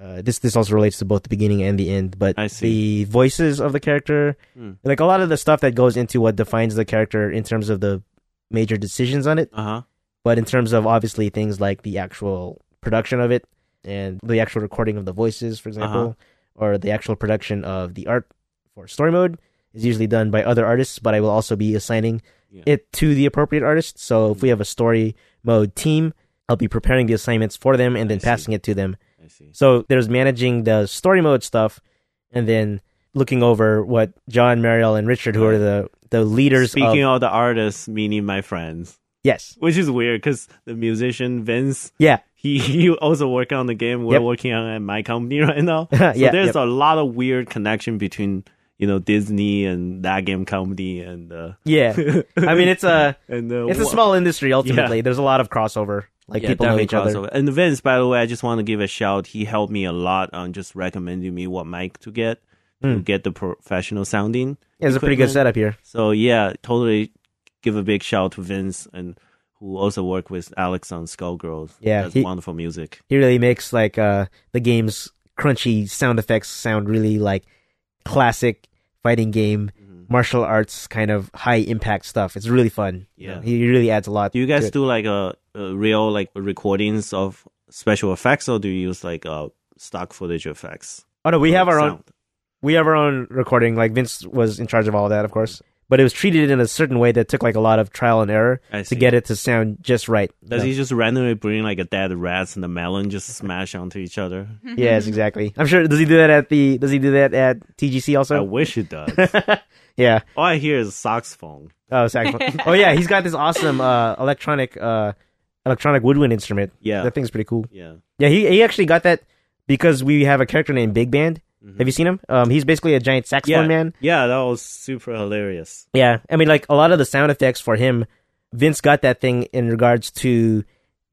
Uh, this this also relates to both the beginning and the end, but
I see.
the voices of the character,
Hmm.
like a lot of the stuff that goes into what defines the character in terms of the major decisions on it,
Uh huh.
but in terms of obviously things like the actual production of it and the actual recording of the voices,
Uh-huh.
for example, or the actual production of the art for story mode is usually done by other artists, but I will also be assigning
Yeah.
it to the appropriate artist. So if we have a story mode team, I'll be preparing the assignments for them and then
I see.
passing it to them.
I see.
So there's managing the story mode stuff and then looking over what John, Mariel, and Richard, who are the, the leaders
Speaking
of.
of the artists, meaning my friends,
Yes.
which is weird because the musician Vince,
Yeah.
he he also work on the game we're
Yep.
working on at my company right now.
Yeah,
so there's
yep.
a lot of weird connection between you know Disney and that game company and uh,
Yeah. I mean, it's a.
and uh,
it's a
wha-
small industry ultimately.
Yeah.
There's a lot of crossover. Like
yeah,
people know
definitely
each other.
crossover. And Vince, by the way, I just want to give a shout. He helped me a lot on just recommending me what mic to get to
Hmm.
get the professional sounding.
Yeah, it's a pretty good
equipment.
setup here.
So yeah, totally give a big shout to Vince and who also worked with Alex on Skullgirls.
Yeah,
That's
he-
wonderful music.
He really makes like uh the game's crunchy sound effects sound really like classic fighting game
Mm-hmm.
martial arts kind of high impact stuff. It's really fun. You
Yeah.
know, he really adds a lot.
Do you
to
guys
it.
do like a, a real like recordings of special effects, or do you use like uh, stock footage effects?
Oh no, we
for
have our own.
sound?
We have our own recording. Like Vince was in charge of all that, of course. But it was treated in a certain way that took like a lot of trial and error
I
to
see.
get it to sound just right.
Does
So-
he just randomly bring like a dead rat and a melon just smash onto each other?
Yes, exactly. I'm sure. Does he do that at the? Does he do that at TGC
I
also?
wish it does.
yeah.
All I hear is saxophone.
Oh, saxophone. oh yeah, he's got this awesome uh, electronic uh, electronic woodwind instrument.
Yeah.
That thing's pretty cool.
Yeah.
Yeah, he he actually got that because we have a character named Big Band.
Mhm.
Have you seen him? Um, he's basically a giant saxophone
Yeah.
man.
Yeah, that was super hilarious.
Yeah, I mean, like a lot of the sound effects for him, Vince got that thing in regards to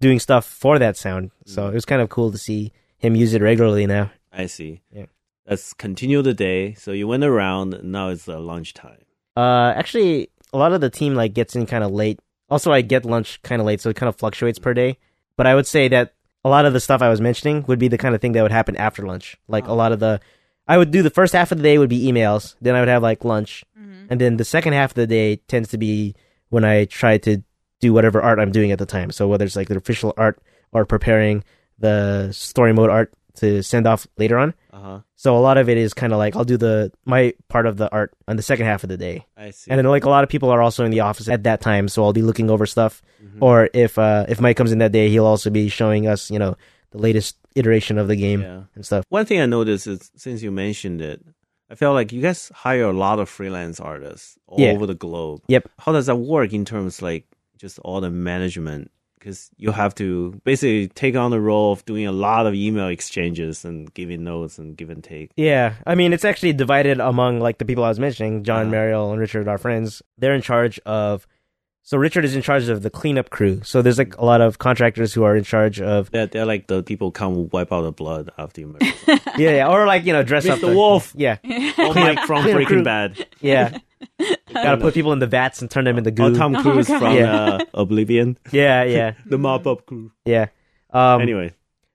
doing stuff for that sound.
Mm-hmm.
So it was kind of cool to see him use it regularly now.
I see.
Yeah.
Let's continue the day. So you went around. Now it's uh, lunchtime.
Uh, actually, a lot of the team like gets in kind of late. Also, I get lunch kind of late, so it kind of fluctuates per day. But I would say that a lot of the stuff I was mentioning would be the kind of thing that would happen after lunch. Like a lot of the, I would do the first half of the day would be emails. Then I would have like lunch, and then the second half of the day tends to be when I try to do whatever art I'm doing at the time. So whether it's like the official art or preparing the story mode art to send off later on.
Uh huh.
So a lot of it is kind of like I'll do the my part of the art on the second half of the day.
I see.
And then like a lot of people are also in the office at that time, so I'll be looking over stuff.
Mm-hmm.
Or if uh, if Mike comes in that day, he'll also be showing us, you know, the latest iteration of the game
yeah.
and stuff.
One thing I noticed is since you mentioned it, I felt like you guys hire a lot of freelance artists all
Yeah.
over the globe.
Yep.
How does that work in terms like just all the management because you have to basically take on the role of doing a lot of email exchanges and giving notes and give and take.
Yeah, I mean, it's actually divided among like the people I was mentioning. John,
Uh-huh.
Mariel, and Richard are friends. They're in charge of. So Richard is in charge of the cleanup crew. So there's like a lot of contractors who are in charge of
They're, they're like the people come wipe out the blood after you murder.
yeah, yeah, or like you know dress up
Mr. Wolf!
Yeah,
Oh, Mike from
Clear crew.
Breaking Bad.
yeah. Gotta put people in the vats and turn them into
Or
goo.
Tom
Oh,
Cruise
God.
from
Yeah.
uh, Oblivion.
yeah, yeah,
The mop up crew.
yeah. Um,
anyway,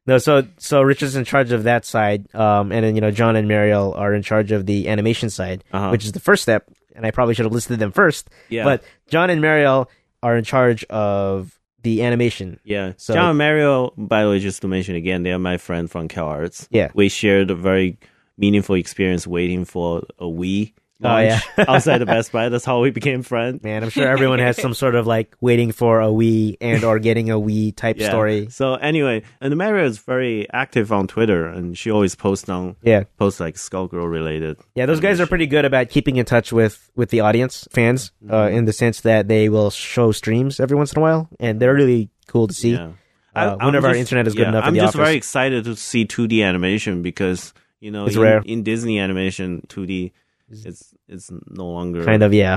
No, so so Richard's in charge of that side, um, and then you know John and Mariel are in charge of the animation side,
Uh-huh.
which is the first step. And I probably should have listed them first.
yeah.
But John and Mariel are in charge of the animation.
Yeah.
So-
John and Mario, by the way, just to mention again, they are my friend from CalArts.
Yeah.
We shared a very meaningful experience waiting for a Wii
Oh,
launch
yeah.
outside the Best Buy. That's how we became friends.
Man, I'm sure everyone has some sort of like waiting for a Wii and or getting a Wii type
Yeah.
story.
So anyway, and Mario is very active on Twitter, and she always posts on
Yeah,
posts like Skullgirl related.
yeah. Those guys are pretty good about keeping in touch with with the audience, fans,
Mm-hmm.
uh, in the sense that they will show streams every once in a while, and they're really cool to see.
Yeah.
Uh,
I'm
whenever our
just-
internet is good
yeah,
enough. in
I'm
the
just
office.
very excited to see 2D animation because you know
It's
in,
rare.
in Disney animation 2D. It's it's no longer
kind of yeah.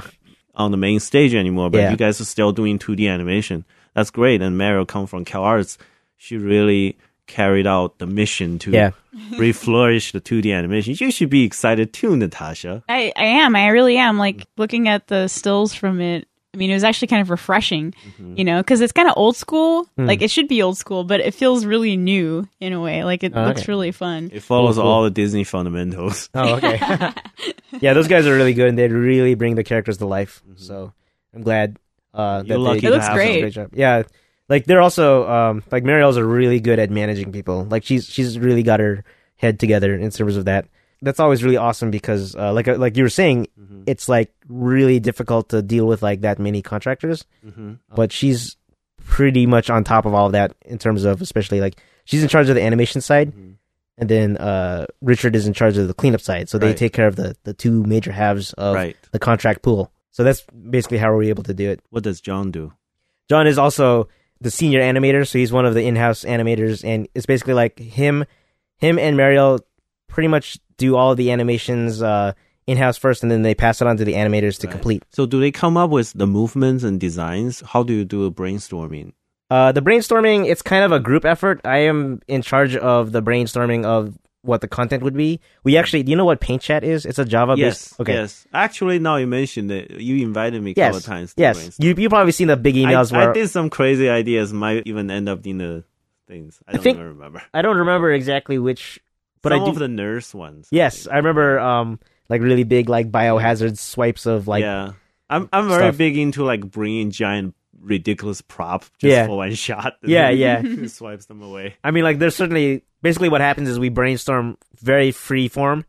on the main stage anymore, but
Yeah.
you guys are still doing 2D animation. That's great. And Meryl come from CalArts. She really carried out the mission to
Yeah.
reflourish the 2D animation. You should be excited too, Natasha.
I, I am. I really am. Like
Mm-hmm.
looking at the stills from it. I mean, it was actually kind of refreshing,
Mm-hmm.
you know, because it's kind of old school.
Hmm.
Like it should be old school, but it feels really new in a way. Like it
Oh,
looks
okay.
really fun.
It follows
Cool, cool.
all the Disney fundamentals.
Oh, okay. yeah, those guys are really good, and they really bring the characters to life. So I'm glad uh, that
Mm-hmm. You're lucky
they
It
looks
did a
great.
great job. Yeah, like they're also um, like Mariel's are really good at managing people. Like she's she's really got her head together in terms of that. That's always really awesome because uh, like like you were saying,
Mm-hmm.
it's like really difficult to deal with like that many contractors,
Mhm.
but she's pretty much on top of all of that in terms of especially like she's in charge of the animation side and then uh, Richard is in charge of the cleanup side. So they
Right.
take care of the, the two major halves of
Right.
the contract pool. So that's basically how we're able to do it.
What does John do?
John is also the senior animator, so he's one of the in-house animators, and it's basically like him, him and Mariel pretty much do all the animations uh, in-house first, and then they pass it on to the animators to
Right.
complete.
So do they come up with the movements and designs? How do you do a brainstorming?
Uh, the brainstorming, it's kind of a group effort. I am in charge of the brainstorming of what the content would be. We actually, do you know what Paint Chat is? It's a Java
yes.
based. Okay.
Yes. Actually, now you mentioned it. You invited me a couple
yes,
of times. To
yes.
brainstorm.
You you probably seen the big emails
I,
where
I did some crazy ideas. Might even end up in the things. I don't
think-
even remember.
I don't remember exactly which, but
But Some
I do.
of the nurse ones.
yes, I remember um like really big like biohazard swipes of like
yeah. I'm I'm very
stuff.
big into like bringing giant ridiculous prop just
Yeah.
for one shot.
Yeah,
yeah. swipes them away.
I mean like there's certainly basically what happens is we brainstorm very free form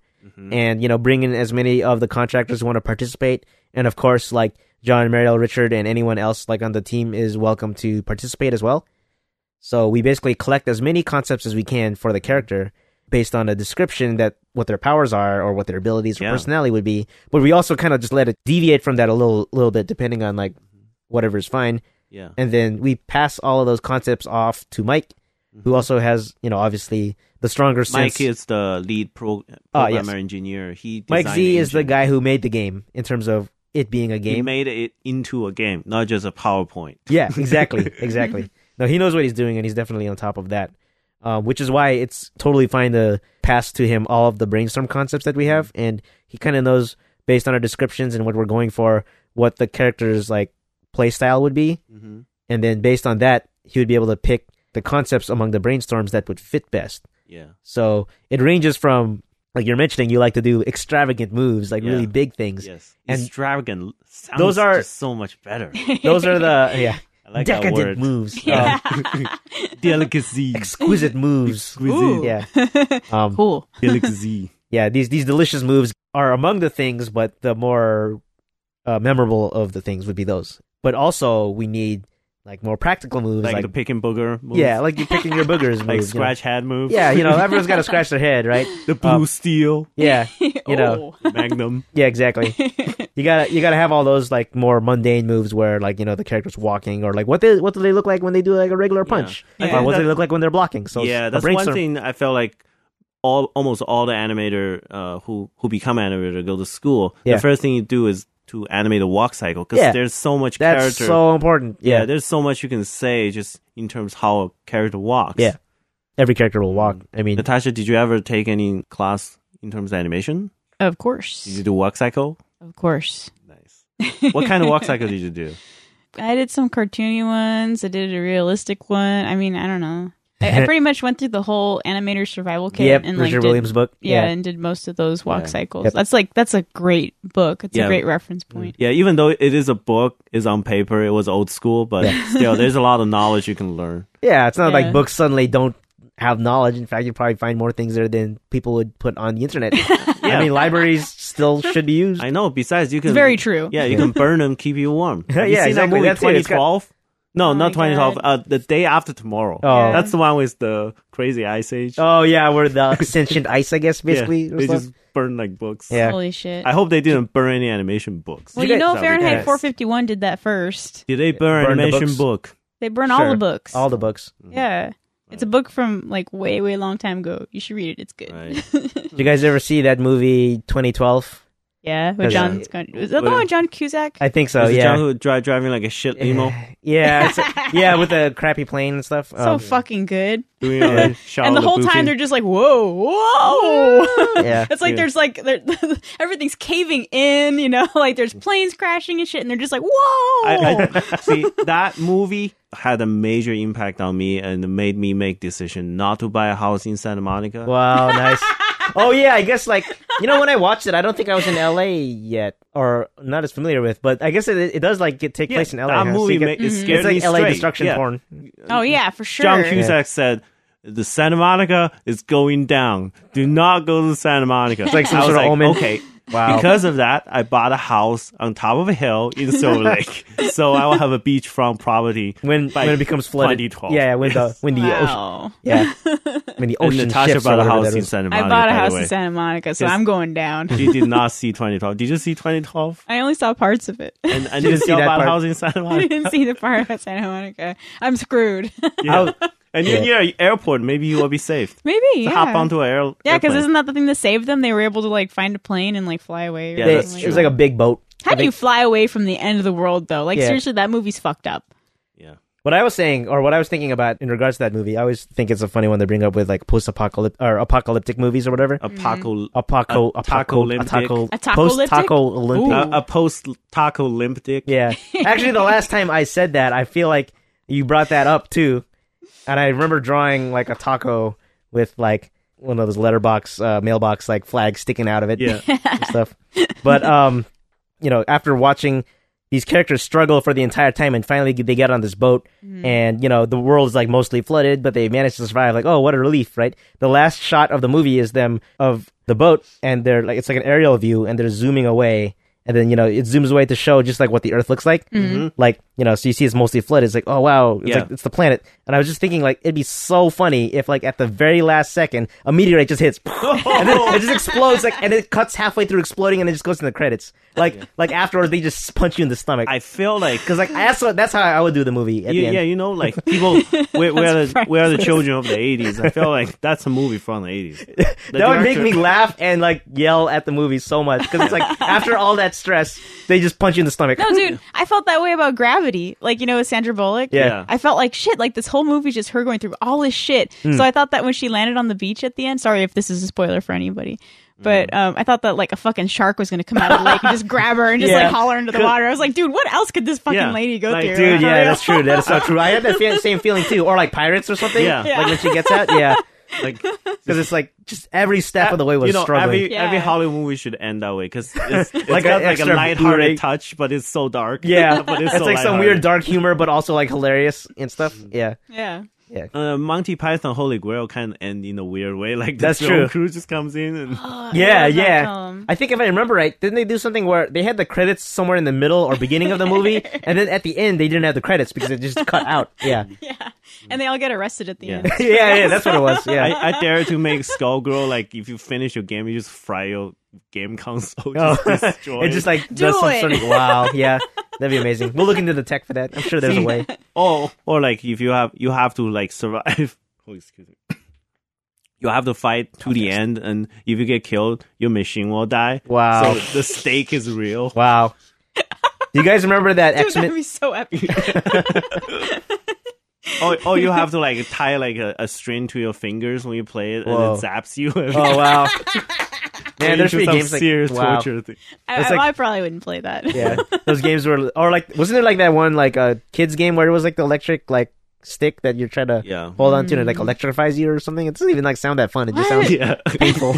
and you know bring in as many of the contractors who want to participate and of course like John, Mariel, Richard, and anyone else like on the team is welcome to participate as well. So we basically collect as many concepts as we can for the character based on a description that what their powers are or what their abilities or
Yeah.
personality would be. But we also kind of just let it deviate from that a little little bit depending on like whatever's fine.
Yeah.
And then we pass all of those concepts off to Mike, who also has, you know, obviously the stronger sense.
Mm-hmm. Mike is the lead pro- programmer
Ah, yes.
engineer. He
Mike
designed
Z is the
engine.
guy who made the game in terms of it being a
He
game.
made it into a game, not just a PowerPoint.
Yeah, exactly, exactly. No, he knows what he's doing, and he's definitely on top of that. Um, which is why it's totally fine to pass to him all of the brainstorm concepts that we have,
Mm-hmm.
and he kind of knows based on our descriptions and what we're going for, what the character's like play style would be,
Mm-hmm.
and then based on that, he would be able to pick the concepts among the brainstorms that would fit best.
Yeah.
So it ranges from like you're mentioning, you like to do extravagant moves, like
Yeah.
really big things.
Yes.
And-
Extravagant sounds
Those are-
just so much better.
Those are the uh, yeah uh,
I like that
decadent
word.
moves.
Yeah.
Uh,
Delicacy.
exquisite moves.
Ooh.
Yeah. Um,
cool.
Delicacy.
yeah, these these delicious moves are among the things, but the more uh, memorable of the things would be those. But also, we need like more practical moves,
Like,
like,
the pick and booger move.
yeah, like you picking your boogers, moves, you
Like
know.
scratch head move.
Yeah, you know, everyone's got to scratch their head, right?
The blue
Um,
steel.
Yeah, you know,
Magnum.
Oh.
yeah, exactly. you gotta you gotta have all those like more mundane moves where like you know the character's walking or like what they what do they look like when they do like a regular
Yeah.
punch
Yeah.
I
or
think
what do
that-
they look like when they're blocking. So
yeah,
her
that's
brakes
one
are-
thing I felt like all almost all the animator uh, who who become animator go to school.
Yeah.
The first thing you do is to animate a walk cycle because
Yeah.
there's so much
That's
character.
so important.
yeah.
Yeah,
there's so much you can say just in terms how a character walks.
Yeah. every character will walk. I mean,
Natasha, did you ever take any class in terms of animation?
Of
Did you
course.
do walk cycle?
Of course.
Nice. What kind of walk cycle did you do?
I did some cartoony ones. I did a realistic one. I mean, I don't know. I, I pretty much went through the whole animator survival kit
yep,
and
Richard
like did-
Williams book.
Yeah, and did most of those walk
Yeah.
cycles.
Yep.
That's like that's a great book. It's
Yeah.
a great reference point.
Yeah, even though it is a book, it's on paper, it was old school, but still, there's a lot of knowledge you can learn.
Yeah, it's not
Yeah.
like books suddenly don't have knowledge. In fact, you probably find more things there than people would put on the internet. I mean, libraries still should be used.
I know. Besides, you can
It's very true.
Yeah, you can burn them, keep you warm. Have you
Yeah,
seen
exactly.
That movie
That's it. It's got-
2012. No,
Oh my
not 2012.
God.
Uh, the day after tomorrow.
Oh.
that's the one with the crazy ice age.
Oh yeah, we're the sentient ice, I guess,
Yeah,
basically. or
they
stuff.
just burn like books.
Yeah.
Holy shit.
I hope they didn't burn any animation books.
well,
Did
you
you guys-
know
That would be
Fahrenheit
nice.
451 did that first.
Did they burn,
Burn the
animation
books.
book?
They burn all
Sure.
the books.
all the books.
yeah. It's a book from like way way long time ago. You should read it. It's good.
Did you guys ever see that movie 2012?
yeah, with
That's-
John. Is that the
Well,
one with John Cusack?
I think so.
Is it
yeah.
John who dri- driving like a shit limo,
yeah, it's- yeah, with the crappy plane and stuff.
so
Um,
fucking good.
doing all
Yeah.
that Shia
and the whole
LaBeouf-y?
time they're just like, whoa, whoa.
Yeah.
It's like
Yeah.
there's like there, everything's caving in, you know, like there's planes crashing and shit, and they're just like, whoa.
I, I, see that movie had a major impact on me and made me make decision not to buy a house in Santa Monica.
Wow, nice. oh yeah, I guess like you know when I watched it, I don't think I was in LA yet, or not as familiar with. But I guess it, it does like get, take
Yeah,
place in LA.
that
huh? So
movie
you get-
ma- it
Mm-hmm.
scared
it's like
me
LA
straight.
destruction
Yeah.
porn.
oh yeah, for sure.
Mm-hmm. John Cusack said, "The Santa Monica is going down. Do not go to Santa Monica." It's
like some sort of omen.
Okay.
Wow.
Because of that, I bought a house on top of a hill in Silver Lake, so I will have a beachfront property.
when
By
when it becomes flooded,
2012.
yeah, when the when the ocean,
Wow.
yeah, when the
And
ocean
Natasha
shifts or
bought a
whatever
house
that
in
is.
Santa Monica.
Oh. I bought a
by the
house
way.
in Santa Monica, so
Yes.
I'm going down.
She did not see 2012. Did you see 2012?
I only saw parts of it.
And, and you
see
still
that
bought a
part.
house in Santa
I
Monica.
didn't see the part about Santa Monica. I'm screwed.
Yeah. And you're
Yeah.
near an airport. Maybe you will be saved.
Maybe yeah.
To hop onto an air.
yeah, because
airplane.
isn't that the thing that saved them? They were able to like find a plane and like fly away. Or
Yeah,
They-
that's
something
it was
true.
like a big boat.
How
I
do you
think-
fly away from the end of the world though? Like
Yeah.
seriously, that movie's fucked up.
yeah.
What I was saying, or what I was thinking about in regards to that movie, I always think it's a funny one to bring up with like post-apocalyptic or apocalyptic movies or whatever.
Mm.
Apocalypse.
Apoco,
A-
apoco,
taco-lympic.
apoco,
Atacolyptic?
post-taco Olympic.
A, a post taco limp dick.
Yeah. Actually, the last time I said that, I feel like you brought that up too, and I remember drawing like a taco with like one of those letterbox uh, mailbox like flags sticking out of it.
Yeah.
and stuff. But um, you know, after watching these characters struggle for the entire time, and finally they get on this boat, and you know the world's like mostly flooded, but they manage to survive. Like, oh, what a relief, right? The last shot of the movie is them of the boat, and they're like it's like an aerial view, and they're zooming away. And then you know it zooms away to show just like what the Earth looks like, mm-hmm. like you know. So you see it's mostly flooded. It's like oh wow, it's
Yeah.
like it's the planet. And I was just thinking like it'd be so funny if like at the very last second a meteorite just hits, and then it just explodes like and it cuts halfway through exploding and it just goes in the credits like like afterwards they just punch you in the stomach
I feel like
because like that's what that's how I would do the movie at
you,
the end
yeah, you know, like people, we're, we're, the,
That's
we're the
priceless.
children of the '80s. I feel like that's a movie from the '80s. The
that would make
director-
me laugh and like yell at the movie so much because it's like after all that stress they just punch you in the stomach
No, dude, I felt that way about Gravity. Like, you know, with Sandra Bullock.
Yeah.
I felt like shit, like this whole movie's just her going through all this shit.
Hmm.
So I thought that when she landed on the beach at the end, sorry if this is a spoiler for anybody.
Hmm.
But um, I thought that like a fucking shark was gonna come out of the lake and just grab her and just
Yeah.
like haul her into the water. I was like, dude, what else could this fucking
Yeah.
lady go
Like,
through?
dude
Like,
yeah
for
that's true that is so true I had that fe- same feeling too or like pirates or something
Yeah.
like when she gets out yeah
like
because it's like just every step of the way was
you know,
struggling
every
Yeah.
every Hollywood movie should end that way because it's, it's
Like
got
a
like a
extra
lighthearted
Blu-ray.
touch, but it's so dark.
yeah
but
it's,
it's, so
like some
lighthearted. Mm.
weird dark humor but also like hilarious and stuff yeah
real. Yeah.
yeah
Uh, Monty Python Holy Grail kind of end in a weird way. Like the
That's
film
true.
crew just comes in and
Yeah,
love that
yeah.
film.
I think if I remember right, didn't they do something where they had the credits somewhere in the middle or beginning of the movie, and then at the end they didn't have the credits because it just cut out. Yeah,
Yeah. And they all get arrested at the
Yeah.
end.
yeah, yeah. That's what it was. Yeah,
I, I dare to make Skullgirl like if you finish your game, you just fry your game console
Oh.
just destroyed.
It just like
Do
does some
it.
sort of wow, yeah, that'd be amazing. We'll look into the tech for that. I'm sure there's a way.
or or like if you have you have to like survive. Oh, excuse me. You have to fight to the end, and if you get killed, your machine will die.
Wow,
So the stake is real.
wow. Do you guys remember that
Dude,
X Men?
that'd be so epic.
or, or you have to like tie like a, a string to your fingers when you play it,
Whoa.
and it zaps you.
Oh wow, man, there's
Into
been
some
games like
serious
wow.
torture thing.
I,
It's
I-
like-
I probably wouldn't play that.
Yeah, those games were, or like, wasn't there like that one like a uh, kids game where it was like the electric like stick that you're trying to
Yeah,
hold on to and
Mm.
it like electrifies you or something? It doesn't even like sound that fun. It just
What?
sounds
yeah.
painful.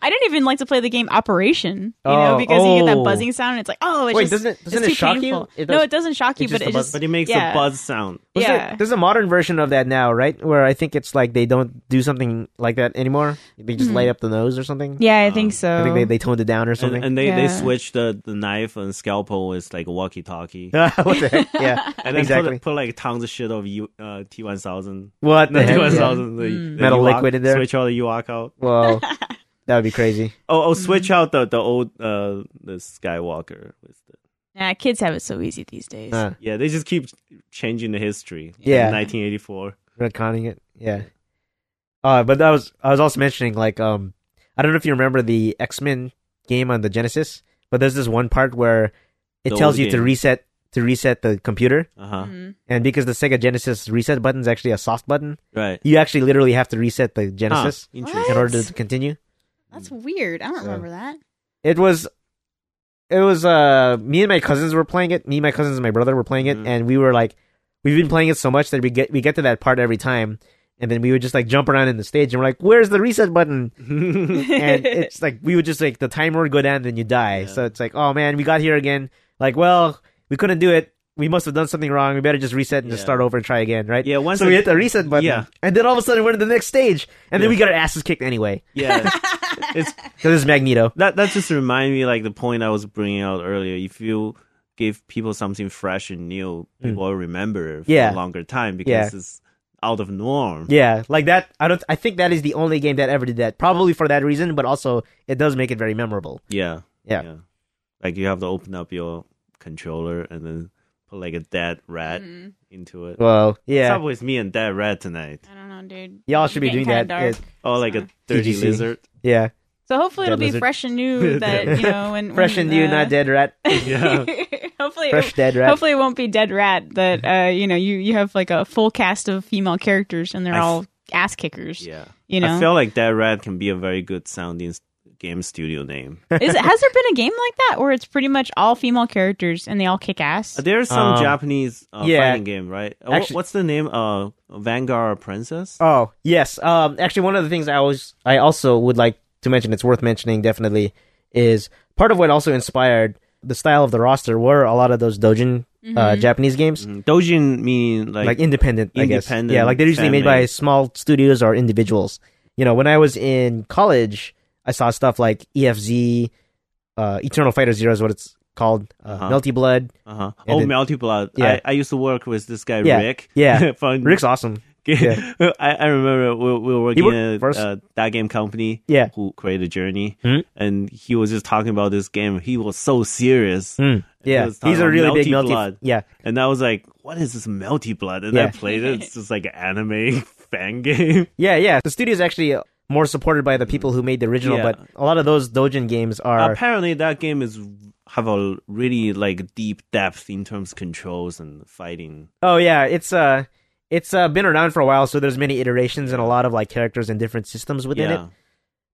I didn't even like to play the game Operation, you know,
Oh,
because you get
oh.
that buzzing sound and it's like, oh, it's
Wait,
just,
doesn't it-
it's
doesn't it
too
shock you?
painful.
It
no,
does-
it doesn't shock you,
it's
but
just
it
a buzz-
just
But it makes
yeah.
a buzz sound.
Was there-
Yeah.
there's a modern version of that now, right? Where I think it's like they don't do something like that anymore. They
Mm.
just light up the nose or something.
Yeah, I
think
think so.
Oh. I think they, they toned it down or something.
And, and they, they
Yeah.
switched the, the knife and scalpel with like a walkie talkie.
what the heck? Yeah,
And then
exactly.
put, put like tons of shit of U, uh, T1000.
What the
Not
heck?
was
Yeah.
all-
2000. The, the
Metal
UARC
liquid in there.
Switch all the UARC out.
Whoa, that would be crazy.
Oh, oh switch out the, the old uh, the Skywalker. With the,
nah, kids have it so easy these days.
Uh,
yeah, they just keep changing the history.
Yeah.
1984.
retconning it. Yeah. Uh, but that was I was also mentioning like um I don't know if you remember the X Men game on the Genesis, but there's this one part where it
The
tells
old
you to
game.
reset to reset the computer,
Uh huh.
Mhm.
and because the Sega Genesis reset button is actually a soft button,
Right.
you actually literally have to reset the Genesis
Huh, interesting.
in
What?
order to continue.
That's weird. I don't
So-
remember that.
It was. It was uh me and my cousins were playing it. Me, my cousins, and my brother were playing it,
Mhm.
and we were like, we've been playing it so much that we get we get to that part every time, and then we would just like jump around in the stage, and we're like, where's the reset button? and it's like we would just like the timer would go down and you die.
Yeah.
So it's like, oh man, we got here again. Like, well, we couldn't do it. We must have done something wrong. We better just reset and just
Yeah.
start over and try again, right?
Yeah, once
so we
it-
hit the reset button.
yeah.
And then all of a sudden we're in the next stage, and then
Yeah.
we got our asses kicked anyway
yeah. It's
because it's Magneto.
that that just remind me like the point I was bringing out earlier. If you give people something fresh and new, people will remember it for
Hmm. Yeah.
a longer time because
Yeah.
it's out of norm.
Yeah, like that. I don't. I think that is the only game that ever did that. Probably for that reason, but also it does make it very memorable.
Yeah.
Yeah.
Like you have to open up your controller and then put like a dead rat
Hmm. Mm-hmm.
into it.
Well, yeah.
It's always me and dead rat tonight.
I don't know, dude.
Y'all should be
Getting
doing that.
kinda dark.
It-
Or like a
Sorry.
dirty
TGC.
lizard.
yeah,
So hopefully
Dead
it'll be
lizard.
fresh and new that you know when
fresh
when,
and new,
uh,
not dead rat.
Yeah.
hopefully,
Fresh dead rat.
hopefully it won't be dead rat. That uh, you know you you have like a full cast of female characters and they're
I f-
all ass kickers.
yeah.
You know,
I feel like dead rat can be a very good sounding s- game studio name.
Is it, has there been a game like that where it's pretty much all female characters and they all kick ass?
There's some
Um,
Japanese uh,
yeah.
fighting game, right? Uh, wh-
Actually-
What's the name? Uh, Vanguard Princess.
Oh yes. Um, actually, one of the things I always, I also would like to mention. It's worth mentioning definitely is part of what also inspired the style of the roster were a lot of those dojin
Mm-hmm.
uh, Japanese games,
Mm, Dojin meaning like,
like independent, I guess.
independent,
Yeah, like they're usually made by
fan-made.
small studios or individuals. You know, when I was in college, I saw stuff like EFZ, uh, Eternal Fighter Zero is what it's called, uh,
Uh-huh.
Melty Blood.
uh-huh.
and
oh
then-
Melty Blood.
Yeah.
I, I used to work with this guy
Yeah,
Rick.
yeah.
from
Rick's awesome.
game. I, I remember we, we were
He
working
worked
at
first-
uh, that game company.
Yeah.
who created Journey,
Mhm.
and he was just talking about this game. He was so
Hmm.
serious, He
Yeah,
was talking
he's a
about
really big
Melty
Melty.
Blood.
Yeah,
and I was like, "What is this Melty Blood?" And I
Yeah.
played it. It's just like an anime fan game.
Yeah, yeah. The studio's actually more supported by the people who made the original,
Yeah.
but a lot of those Dojin games are.
Apparently, that game is have a really like deep depth in terms of controls and fighting.
oh yeah, it's uh, it's uh, been around for a while, so there's many iterations and a lot of like characters and different systems within
yeah,
it.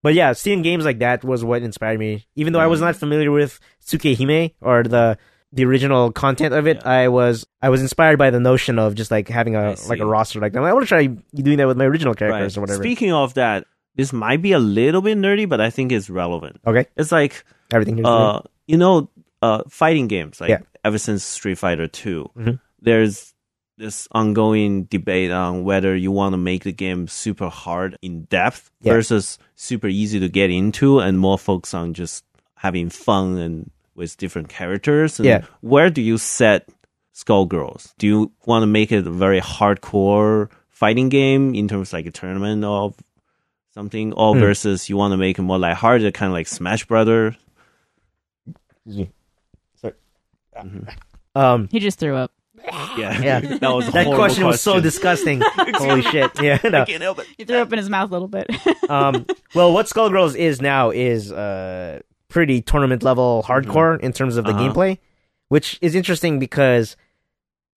But yeah, seeing games like that was what inspired me. Even though I was
Mm-hmm.
not familiar with Tsukehime or the the original content of it,
Yeah.
I was I was inspired by the notion of just like having
I
a
see.
like a roster like that. I want to try doing that with my original characters
right.
or whatever.
Speaking of that, this might be a little bit nerdy, but I think it's relevant.
okay,
It's like
everything. here's
uh, you know, uh, fighting games like
Yeah.
ever since Street Fighter 2
Mhm.
there's this ongoing debate on whether you want to make the game super hard in depth
Yeah.
versus super easy to get into and more focus on just having fun and with different characters. And
Yeah.
Where do you set Skullgirls? Do you want to make it a very hardcore fighting game in terms of like a tournament of something, or
Hmm.
versus you want to make it more lighthearted, kind of like Smash Brother.
Um,
He just threw up.
Yeah,
Yeah.
that was a
that
horrible
question was so disgusting. Holy shit! Yeah. no.
I can't help it.
He threw up in his mouth a little bit.
um, well, what Skullgirls is now is uh, pretty tournament level hardcore in terms of the
Uh-huh.
gameplay, which is interesting because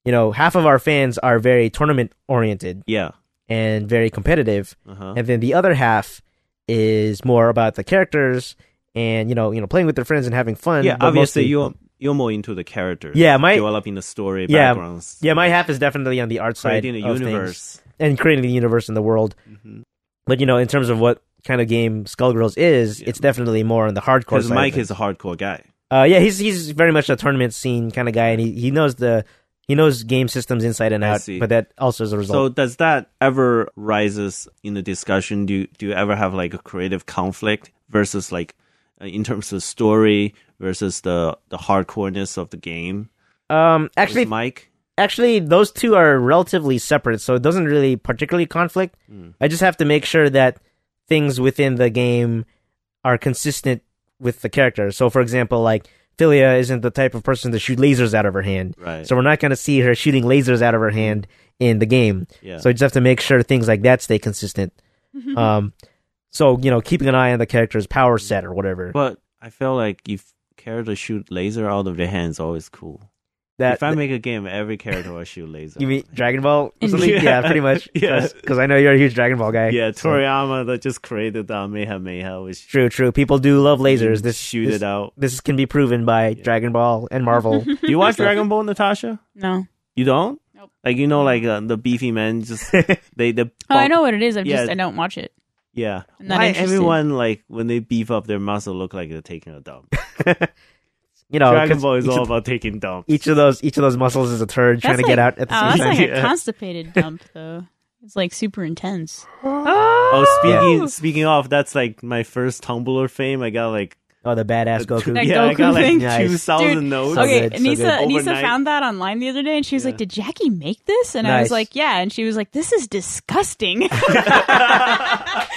you know half of our fans are very tournament oriented
Yeah.
and very competitive,
Uh-huh.
and then the other half is more about the characters and you know you know playing with their friends and having fun.
Yeah,
but
obviously
mostly-
you're you're more into the characters.
Yeah, my-
developing the story
Yeah,
backgrounds.
Yeah, my half is definitely on the art side
creating the
of things Mm-hmm.
universe.
and creating the universe and the world.
Mhm.
But you know, in terms of what kind of game Skullgirls is,
Yeah.
it's definitely more on the hardcore
Because
side.
Mike
of it.
is a hardcore guy.
Uh, yeah, he's he's very much a tournament scene kind of guy, and he, he knows the he knows game systems inside and
I
out.
see.
But that also is a
So
result.
does that ever rises in the discussion? Do you, do you ever have like a creative conflict versus like uh, in terms of story versus the the hardcoreness of the game?
um,
With
actually,
Mike.
actually, those two are relatively separate, so it doesn't really particularly conflict.
Hmm.
I just have to make sure that things within the game are consistent with the character. So, for example, like Philia isn't the type of person to shoot lasers out of her hand,
Right.
so we're not going to see her shooting lasers out of her hand in the game.
yeah.
So you just have to make sure things like that stay consistent.
Mm-hmm.
um, so you know, keeping an eye on the character's power set or whatever.
but I feel like if characters shoot laser out of their hands, always cool.
that
if I make a game, every character will shoot laser.
you mean Dragon Ball? Or
Yeah.
something? Yeah. pretty much.
Yeah.
because I know you're a huge Dragon Ball guy.
yeah,
So-
Toriyama that just created the Meha Meha, which
True, true. People do love lasers. This
shoot
this,
it out.
This can be proven by Dragon Ball and Marvel.
Do you watch Dragon Ball, Natasha?
no. Oh,
You don't?
Nope.
Like you know, like uh, the beefy men just they the.
Oh, I know what it is. I'm just
Yeah.
I don't watch it.
Yeah.
I'm not
Why
interested.
everyone like when they beef up their muscle look like they're taking a dump?
you know,
Dragon
Oh, 'cause
Ball is
each
all
of,
about taking dumps.
each of those each of those muscles is a turd trying to
That's
get
like-
out at the
Oh,
same
that's
time.
like
Yeah.
a constipated dump though. It's like super intense.
oh, speaking
Yeah.
speaking of, that's like my first Tumblr fame. I got like
oh, the badass Goku.
That
yeah, I
Goku
got like
thing?
Nice.
two thousand
Dude,
notes.
So
okay,
good, so
Nisa
good.
Nisa
Overnight.
found that online the other day, and she was
Yeah.
like, "Did Jackie make this?" And I
Nice.
was like, "Yeah," and she was like, "This is disgusting."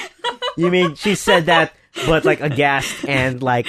You mean she said that, but like aghast and like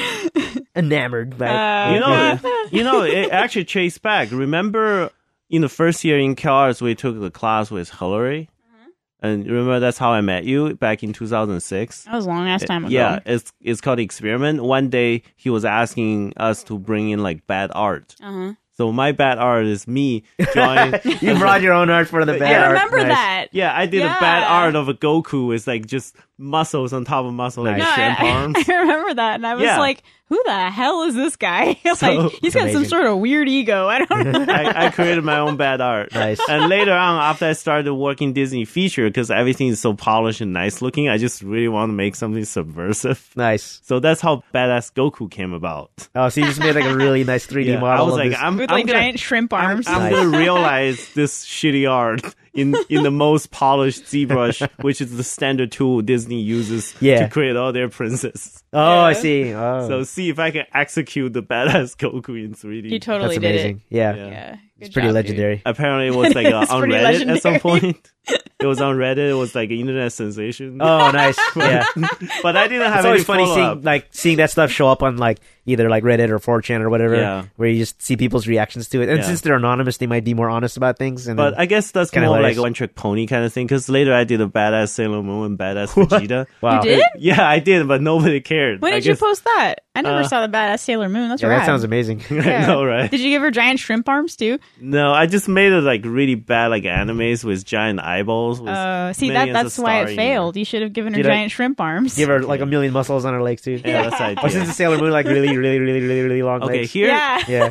enamored by.
Uh,
You know, you know, it actually traced back. Remember in the first year in CalArts, we took the class with Hillary,
Mm-hmm.
and remember that's how I met you back in two thousand six.
that was a long ass time ago.
Yeah, it's it's called experiment. One day he was asking us to bring in like bad art.
Uh-huh.
So my bad art is me drawing.
you brought your own art for the bad
I
Yeah,
art.
remember
Nice.
that.
yeah, I did a bad
Yeah.
art of a Goku with like just muscles on top of muscle, like
Nice.
No,
shrimp
I,
arms.
I remember that, and I was
Yeah.
like, "Who the hell is this guy? like,
So-
he's got
Amazing.
some sort of weird ego. I don't know."
I, I created my own bad art.
Nice.
And later on, after I started working Disney feature, because everything is so polished and nice looking, I just really want to make something subversive.
Nice.
So that's how badass Goku came about.
Oh, so you just made like a really nice 3D
Yeah, I
model.
was
of
like,
this.
I'm,
With
I'm
like
gonna,
giant shrimp arms.
I'm
Nice.
gonna realize this shitty art in in the most polished ZBrush, which is the standard tool Disney uses
Yeah.
to create all their princesses.
oh, I see. Oh,
So see if I can execute the badass Goku in 3D.
you
that's
totally did it.
amazing. Yeah.
Yeah.
Yeah,
it's
Good
pretty
job, dude.
legendary.
Apparently, it was like uh,
It's
on
pretty
Reddit at some
legendary.
point. It was on Reddit. It was like an internet sensation.
Oh, nice. yeah,
but I didn't have
it's
any
always funny
follow-up.
seeing like seeing that stuff show up on like either like Reddit or 4chan or whatever,
Yeah.
where you just see people's reactions to it. And
Yeah.
since they're anonymous, they might be more honest about things. And
But I guess that's
Kinda
more
hilarious.
like one trick pony kind of thing. Because later I did a badass Sailor Moon and badass Vegeta.
wow,
You did?
Yeah, I did, but nobody cared.
When
I
did you
guess-
post that? I never
uh,
saw the badass Sailor Moon. That's
yeah,
rad.
that sounds amazing.
I
Yeah.
know, right?
Did you give her giant shrimp arms too?
No, I just made it like really bad, like animes with giant eyeballs. With
Uh, see that
millions of
that's why
starring.
it failed. You should have given her
Did I-
giant shrimp arms.
Give her like a million muscles on her legs too.
Yeah, that's the
Oh,
idea.
since the Sailor Moon like really, really, really, really, really long
okay,
legs.
here,
yeah.
Yeah.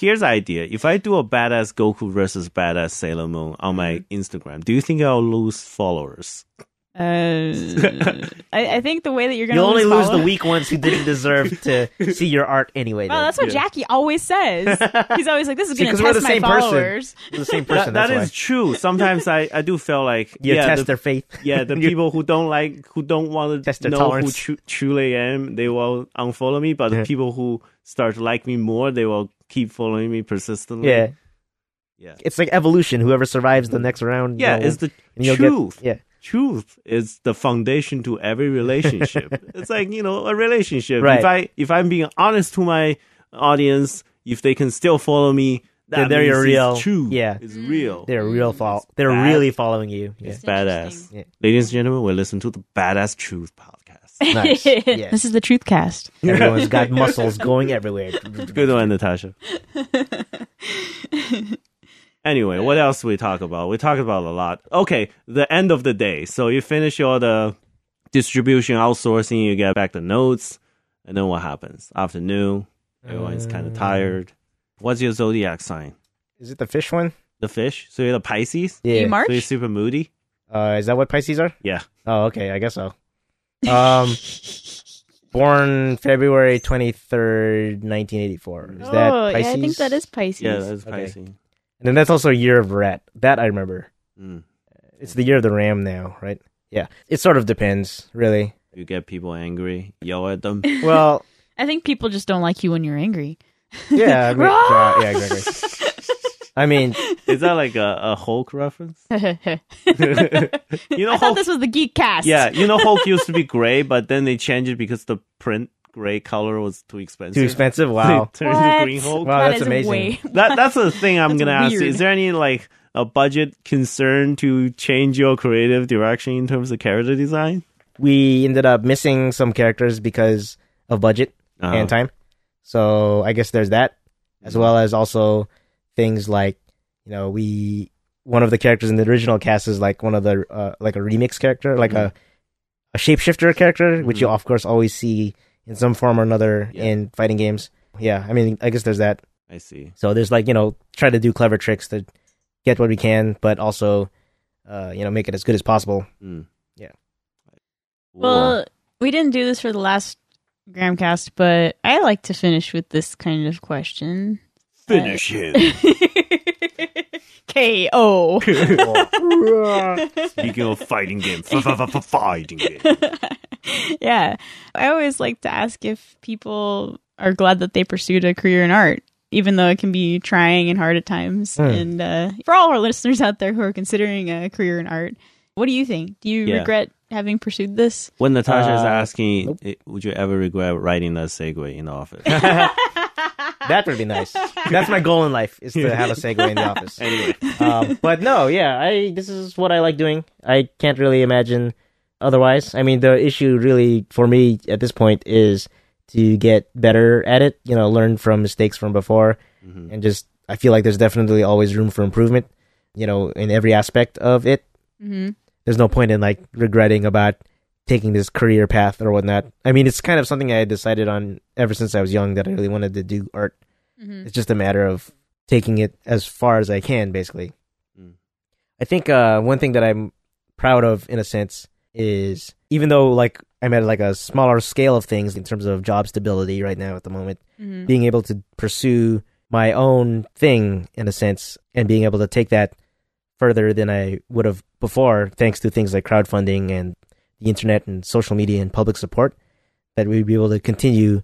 here's the idea. If I do a badass Goku versus badass Sailor Moon on my
Mm-hmm.
Instagram, do you think I'll lose followers?
Uh, I, I think the way that you're gonna
You'll only lose the
follow-
weak ones who didn't deserve to see your art anyway.
Wow,
though.
that's what
Yeah.
Jackie always says. He's always like, "This is
See,
going to
'cause we're
test
the
my
same person.
followers."
You're the same
That,
person.
that
that's
is true. Sometimes I, I do feel like
why. you
yeah,
test
the,
their faith.
yeah, the
You-
people who don't like, who don't want
Test
to
their
know
tolerance.
who tru- truly I am, they will unfollow me. But
Yeah.
the people who start to like me more, they will keep following me persistently.
Yeah,
yeah,
it's like evolution. Whoever survives the next round,
yeah.
you know,
It's the
and you'll get-
truth.
yeah,
truth is the foundation to every relationship. it's like you know a relationship.
Right.
If I if I'm being honest to my audience, if they can still follow me, that
Then they're
means
your
it's
real-
true.
yeah.
it's real.
They're real fol- They're
bad.
really following you. Yeah.
It's badass.
interesting.
Ladies and gentlemen, we listen to the Badass Truth podcast.
Nice. Yeah.
This is the truth cast.
Everyone's got muscles going everywhere.
Good one, Natasha. Anyway, what else we talk about? We talked about a lot. Okay, the end of the day. So you finish all the distribution outsourcing, you get back the notes, and then what happens? Afternoon, everyone's kind of tired. What's your zodiac sign?
Is it the fish one?
The fish. So you're the Pisces.
Yeah.
You
So you're
march?
super moody.
Uh, is that what Pisces are?
Yeah.
Oh, okay. I guess so. Um, born February twenty third, nineteen eighty four. Is that
oh,
Pisces?
yeah, I think that is Pisces.
Yeah, that's
Okay.
Pisces.
And then that's also year of rat. That I remember.
Mm.
It's the year of the ram now, right? Yeah. It sort of depends, really.
You get people angry, yell at them.
Well,
I think people just don't like you when you're angry.
yeah. I mean,
Rah!
uh, yeah, exactly. I mean,
Is that like a, a Hulk reference? You know,
I thought
Hulk.
this was the geek cast.
Yeah, you know, Hulk used to be gray, but then they changed it because the print gray color was too expensive.
too expensive.
They
Wow.
turned to
What?
green Hulk.
Wow,
That
that's
is
amazing.
way-
That that's the thing I'm
That's
gonna ask. you.
weird.
Is there any like a budget concern to change your creative direction in terms of character design?
We ended up missing some characters because of budget
Uh-huh.
and time. So I guess there's that, as well as also things like you know we one of the characters in the original cast is like one of the uh, like a remix character, like a a shapeshifter character, which you of course always see in some form or another
Yeah.
in fighting games. Yeah, I mean, I guess there's that.
I see.
So there's like you know try to do clever tricks to get what we can, but also uh, you know make it as good as possible.
Mm.
Yeah.
Well, uh, we didn't do this for the last Gramcast, but I like to finish with this kind of question.
finish him.
K.O.
Speaking of fighting game, f- f- f- f- fighting game.
yeah. I always like to ask if people are glad that they pursued a career in art, even though it can be trying and hard at times.
Hmm.
And uh, for all our listeners out there who are considering a career in art, what do you think? Do you
Yeah.
regret having pursued this?
When Natasha is
Uh,
asking,
nope.
eh, would you ever regret writing that segue in the office?
That would be nice. That's my goal in life is to have a segue in the office.
anyway,
um, but no, yeah, I this is what I like doing. I can't really imagine otherwise. I mean, the issue really for me at this point is to get better at it. You know, learn from mistakes from before,
Mhm.
and just I feel like there's definitely always room for improvement. You know, in every aspect of it.
hmm
There's no point in like regretting about taking this career path or whatnot. I mean, it's kind of something I had decided on ever since I was young that I really wanted to do art
hmm
it's just a matter of taking it as far as I can, basically.
Mm.
I think uh, one thing that I'm proud of, in a sense, is even though like I'm at like a smaller scale of things in terms of job stability right now at the moment,
hmm
being able to pursue my own thing in a sense and being able to take that further than I would have before, thanks to things like crowdfunding and the internet and social media and public support, that we'd be able to continue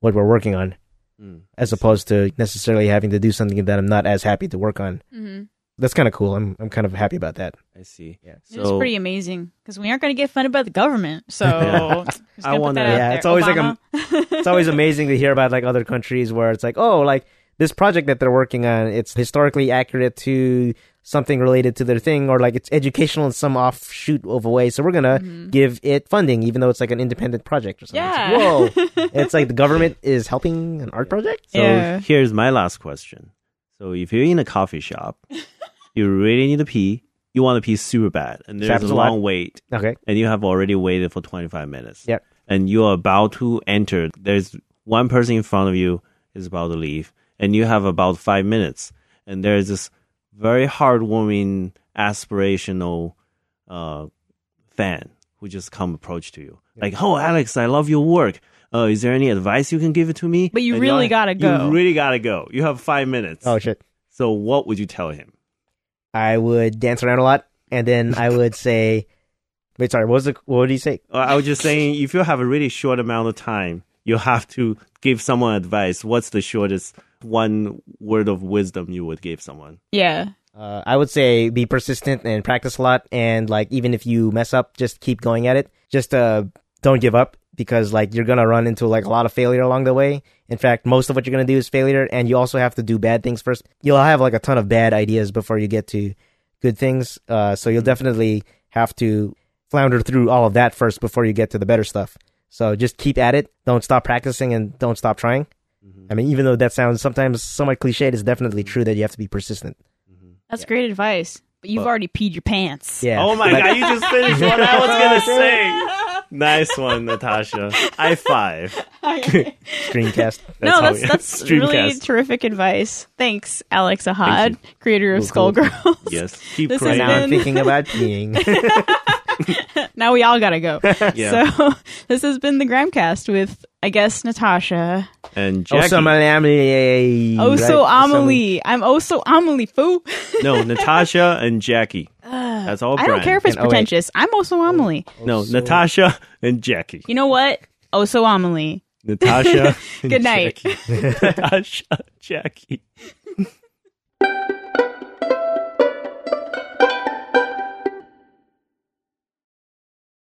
what we're working on
Mm.
as opposed to necessarily having to do something that I'm not as happy to work on.
hmm
That's kind of cool. I'm I'm kind of happy about that.
I see.
Yeah.
It is pretty amazing because we aren't going to get funded by the government. So
Yeah.
just
I
gonna put
wanna-
that out
Yeah,
there.
it's always like a-
Obama.
It's always amazing to hear about like other countries where it's like, "Oh, like this project that they're working on, it's historically accurate to something related to their thing or like it's educational in some offshoot of a way. So we're going to
Mhm.
give it funding even though it's like an independent project or something."
Yeah.
It's like, Whoa. it's like the government is helping an art project?
So
Yeah.
here's my last question. So if you're in a coffee shop, you really need to pee. You want to pee super bad, and there's
Happens
a
a lot.
long wait,
Okay.
and you have already waited for 25 minutes.
Yep.
And you are about to enter. There's one person in front of you is about to leave, and you have about five minutes. And there's this very heartwarming, aspirational uh, fan who just come approach to you, like, "Oh, Alex, I love your work. Uh, is there any advice you can give it to me?"
But you
And
really
like,
gotta go.
You really gotta go. You have five minutes.
Oh shit.
So what would you tell him?
I would dance around a lot and then I would say Wait, sorry. What was the what did he say?
Uh, I was just saying, if you have a really short amount of time, you have to give someone advice. What's the shortest one word of wisdom you would give someone?
yeah.
Uh, I would say be persistent and practice a lot. And like, even if you mess up, just keep going at it. Just uh, don't give up because like you're gonna run into like a lot of failure along the way. In fact, most of what you're gonna do is failure, and you also have to do bad things first. You'll have like a ton of bad ideas before you get to good things. Uh, so you'll definitely have to flounder through all of that first before you get to the better stuff. So just keep at it. Don't stop practicing and don't stop trying. I mean, even though that sounds sometimes somewhat cliched, it's definitely true that you have to be persistent.
That's great advice. But you've
Well-
already peed your pants.
Yeah.
Oh my
Like-
god, you just finished what I was gonna say. Nice one, Natasha. High five.
Screencast.
no,
how
that's
we-
that's really
Streamcast.
terrific advice. Thanks, Alex Ahad,
Thank
creator of
Cool, cool.
Skullgirls.
Yes, keep
This has
praying.
now I'm
been-
thinking about peeing.
now we all gotta go.
Yeah.
So this has been the Gramcast with I guess Natasha.
and Jackie.
Osama Amelie.
Oh so
right?
Amelie. I'm oh so Amelie, foo.
no, Natasha and Jackie. That's all.
I don't
Brian.
care if it's
And- oh, wait.
pretentious. I'm oh so Amelie.
no, Natasha and Jackie.
You know what? Oh so Amelie.
Natasha. and
Good night.
Jackie. Natasha, Jackie.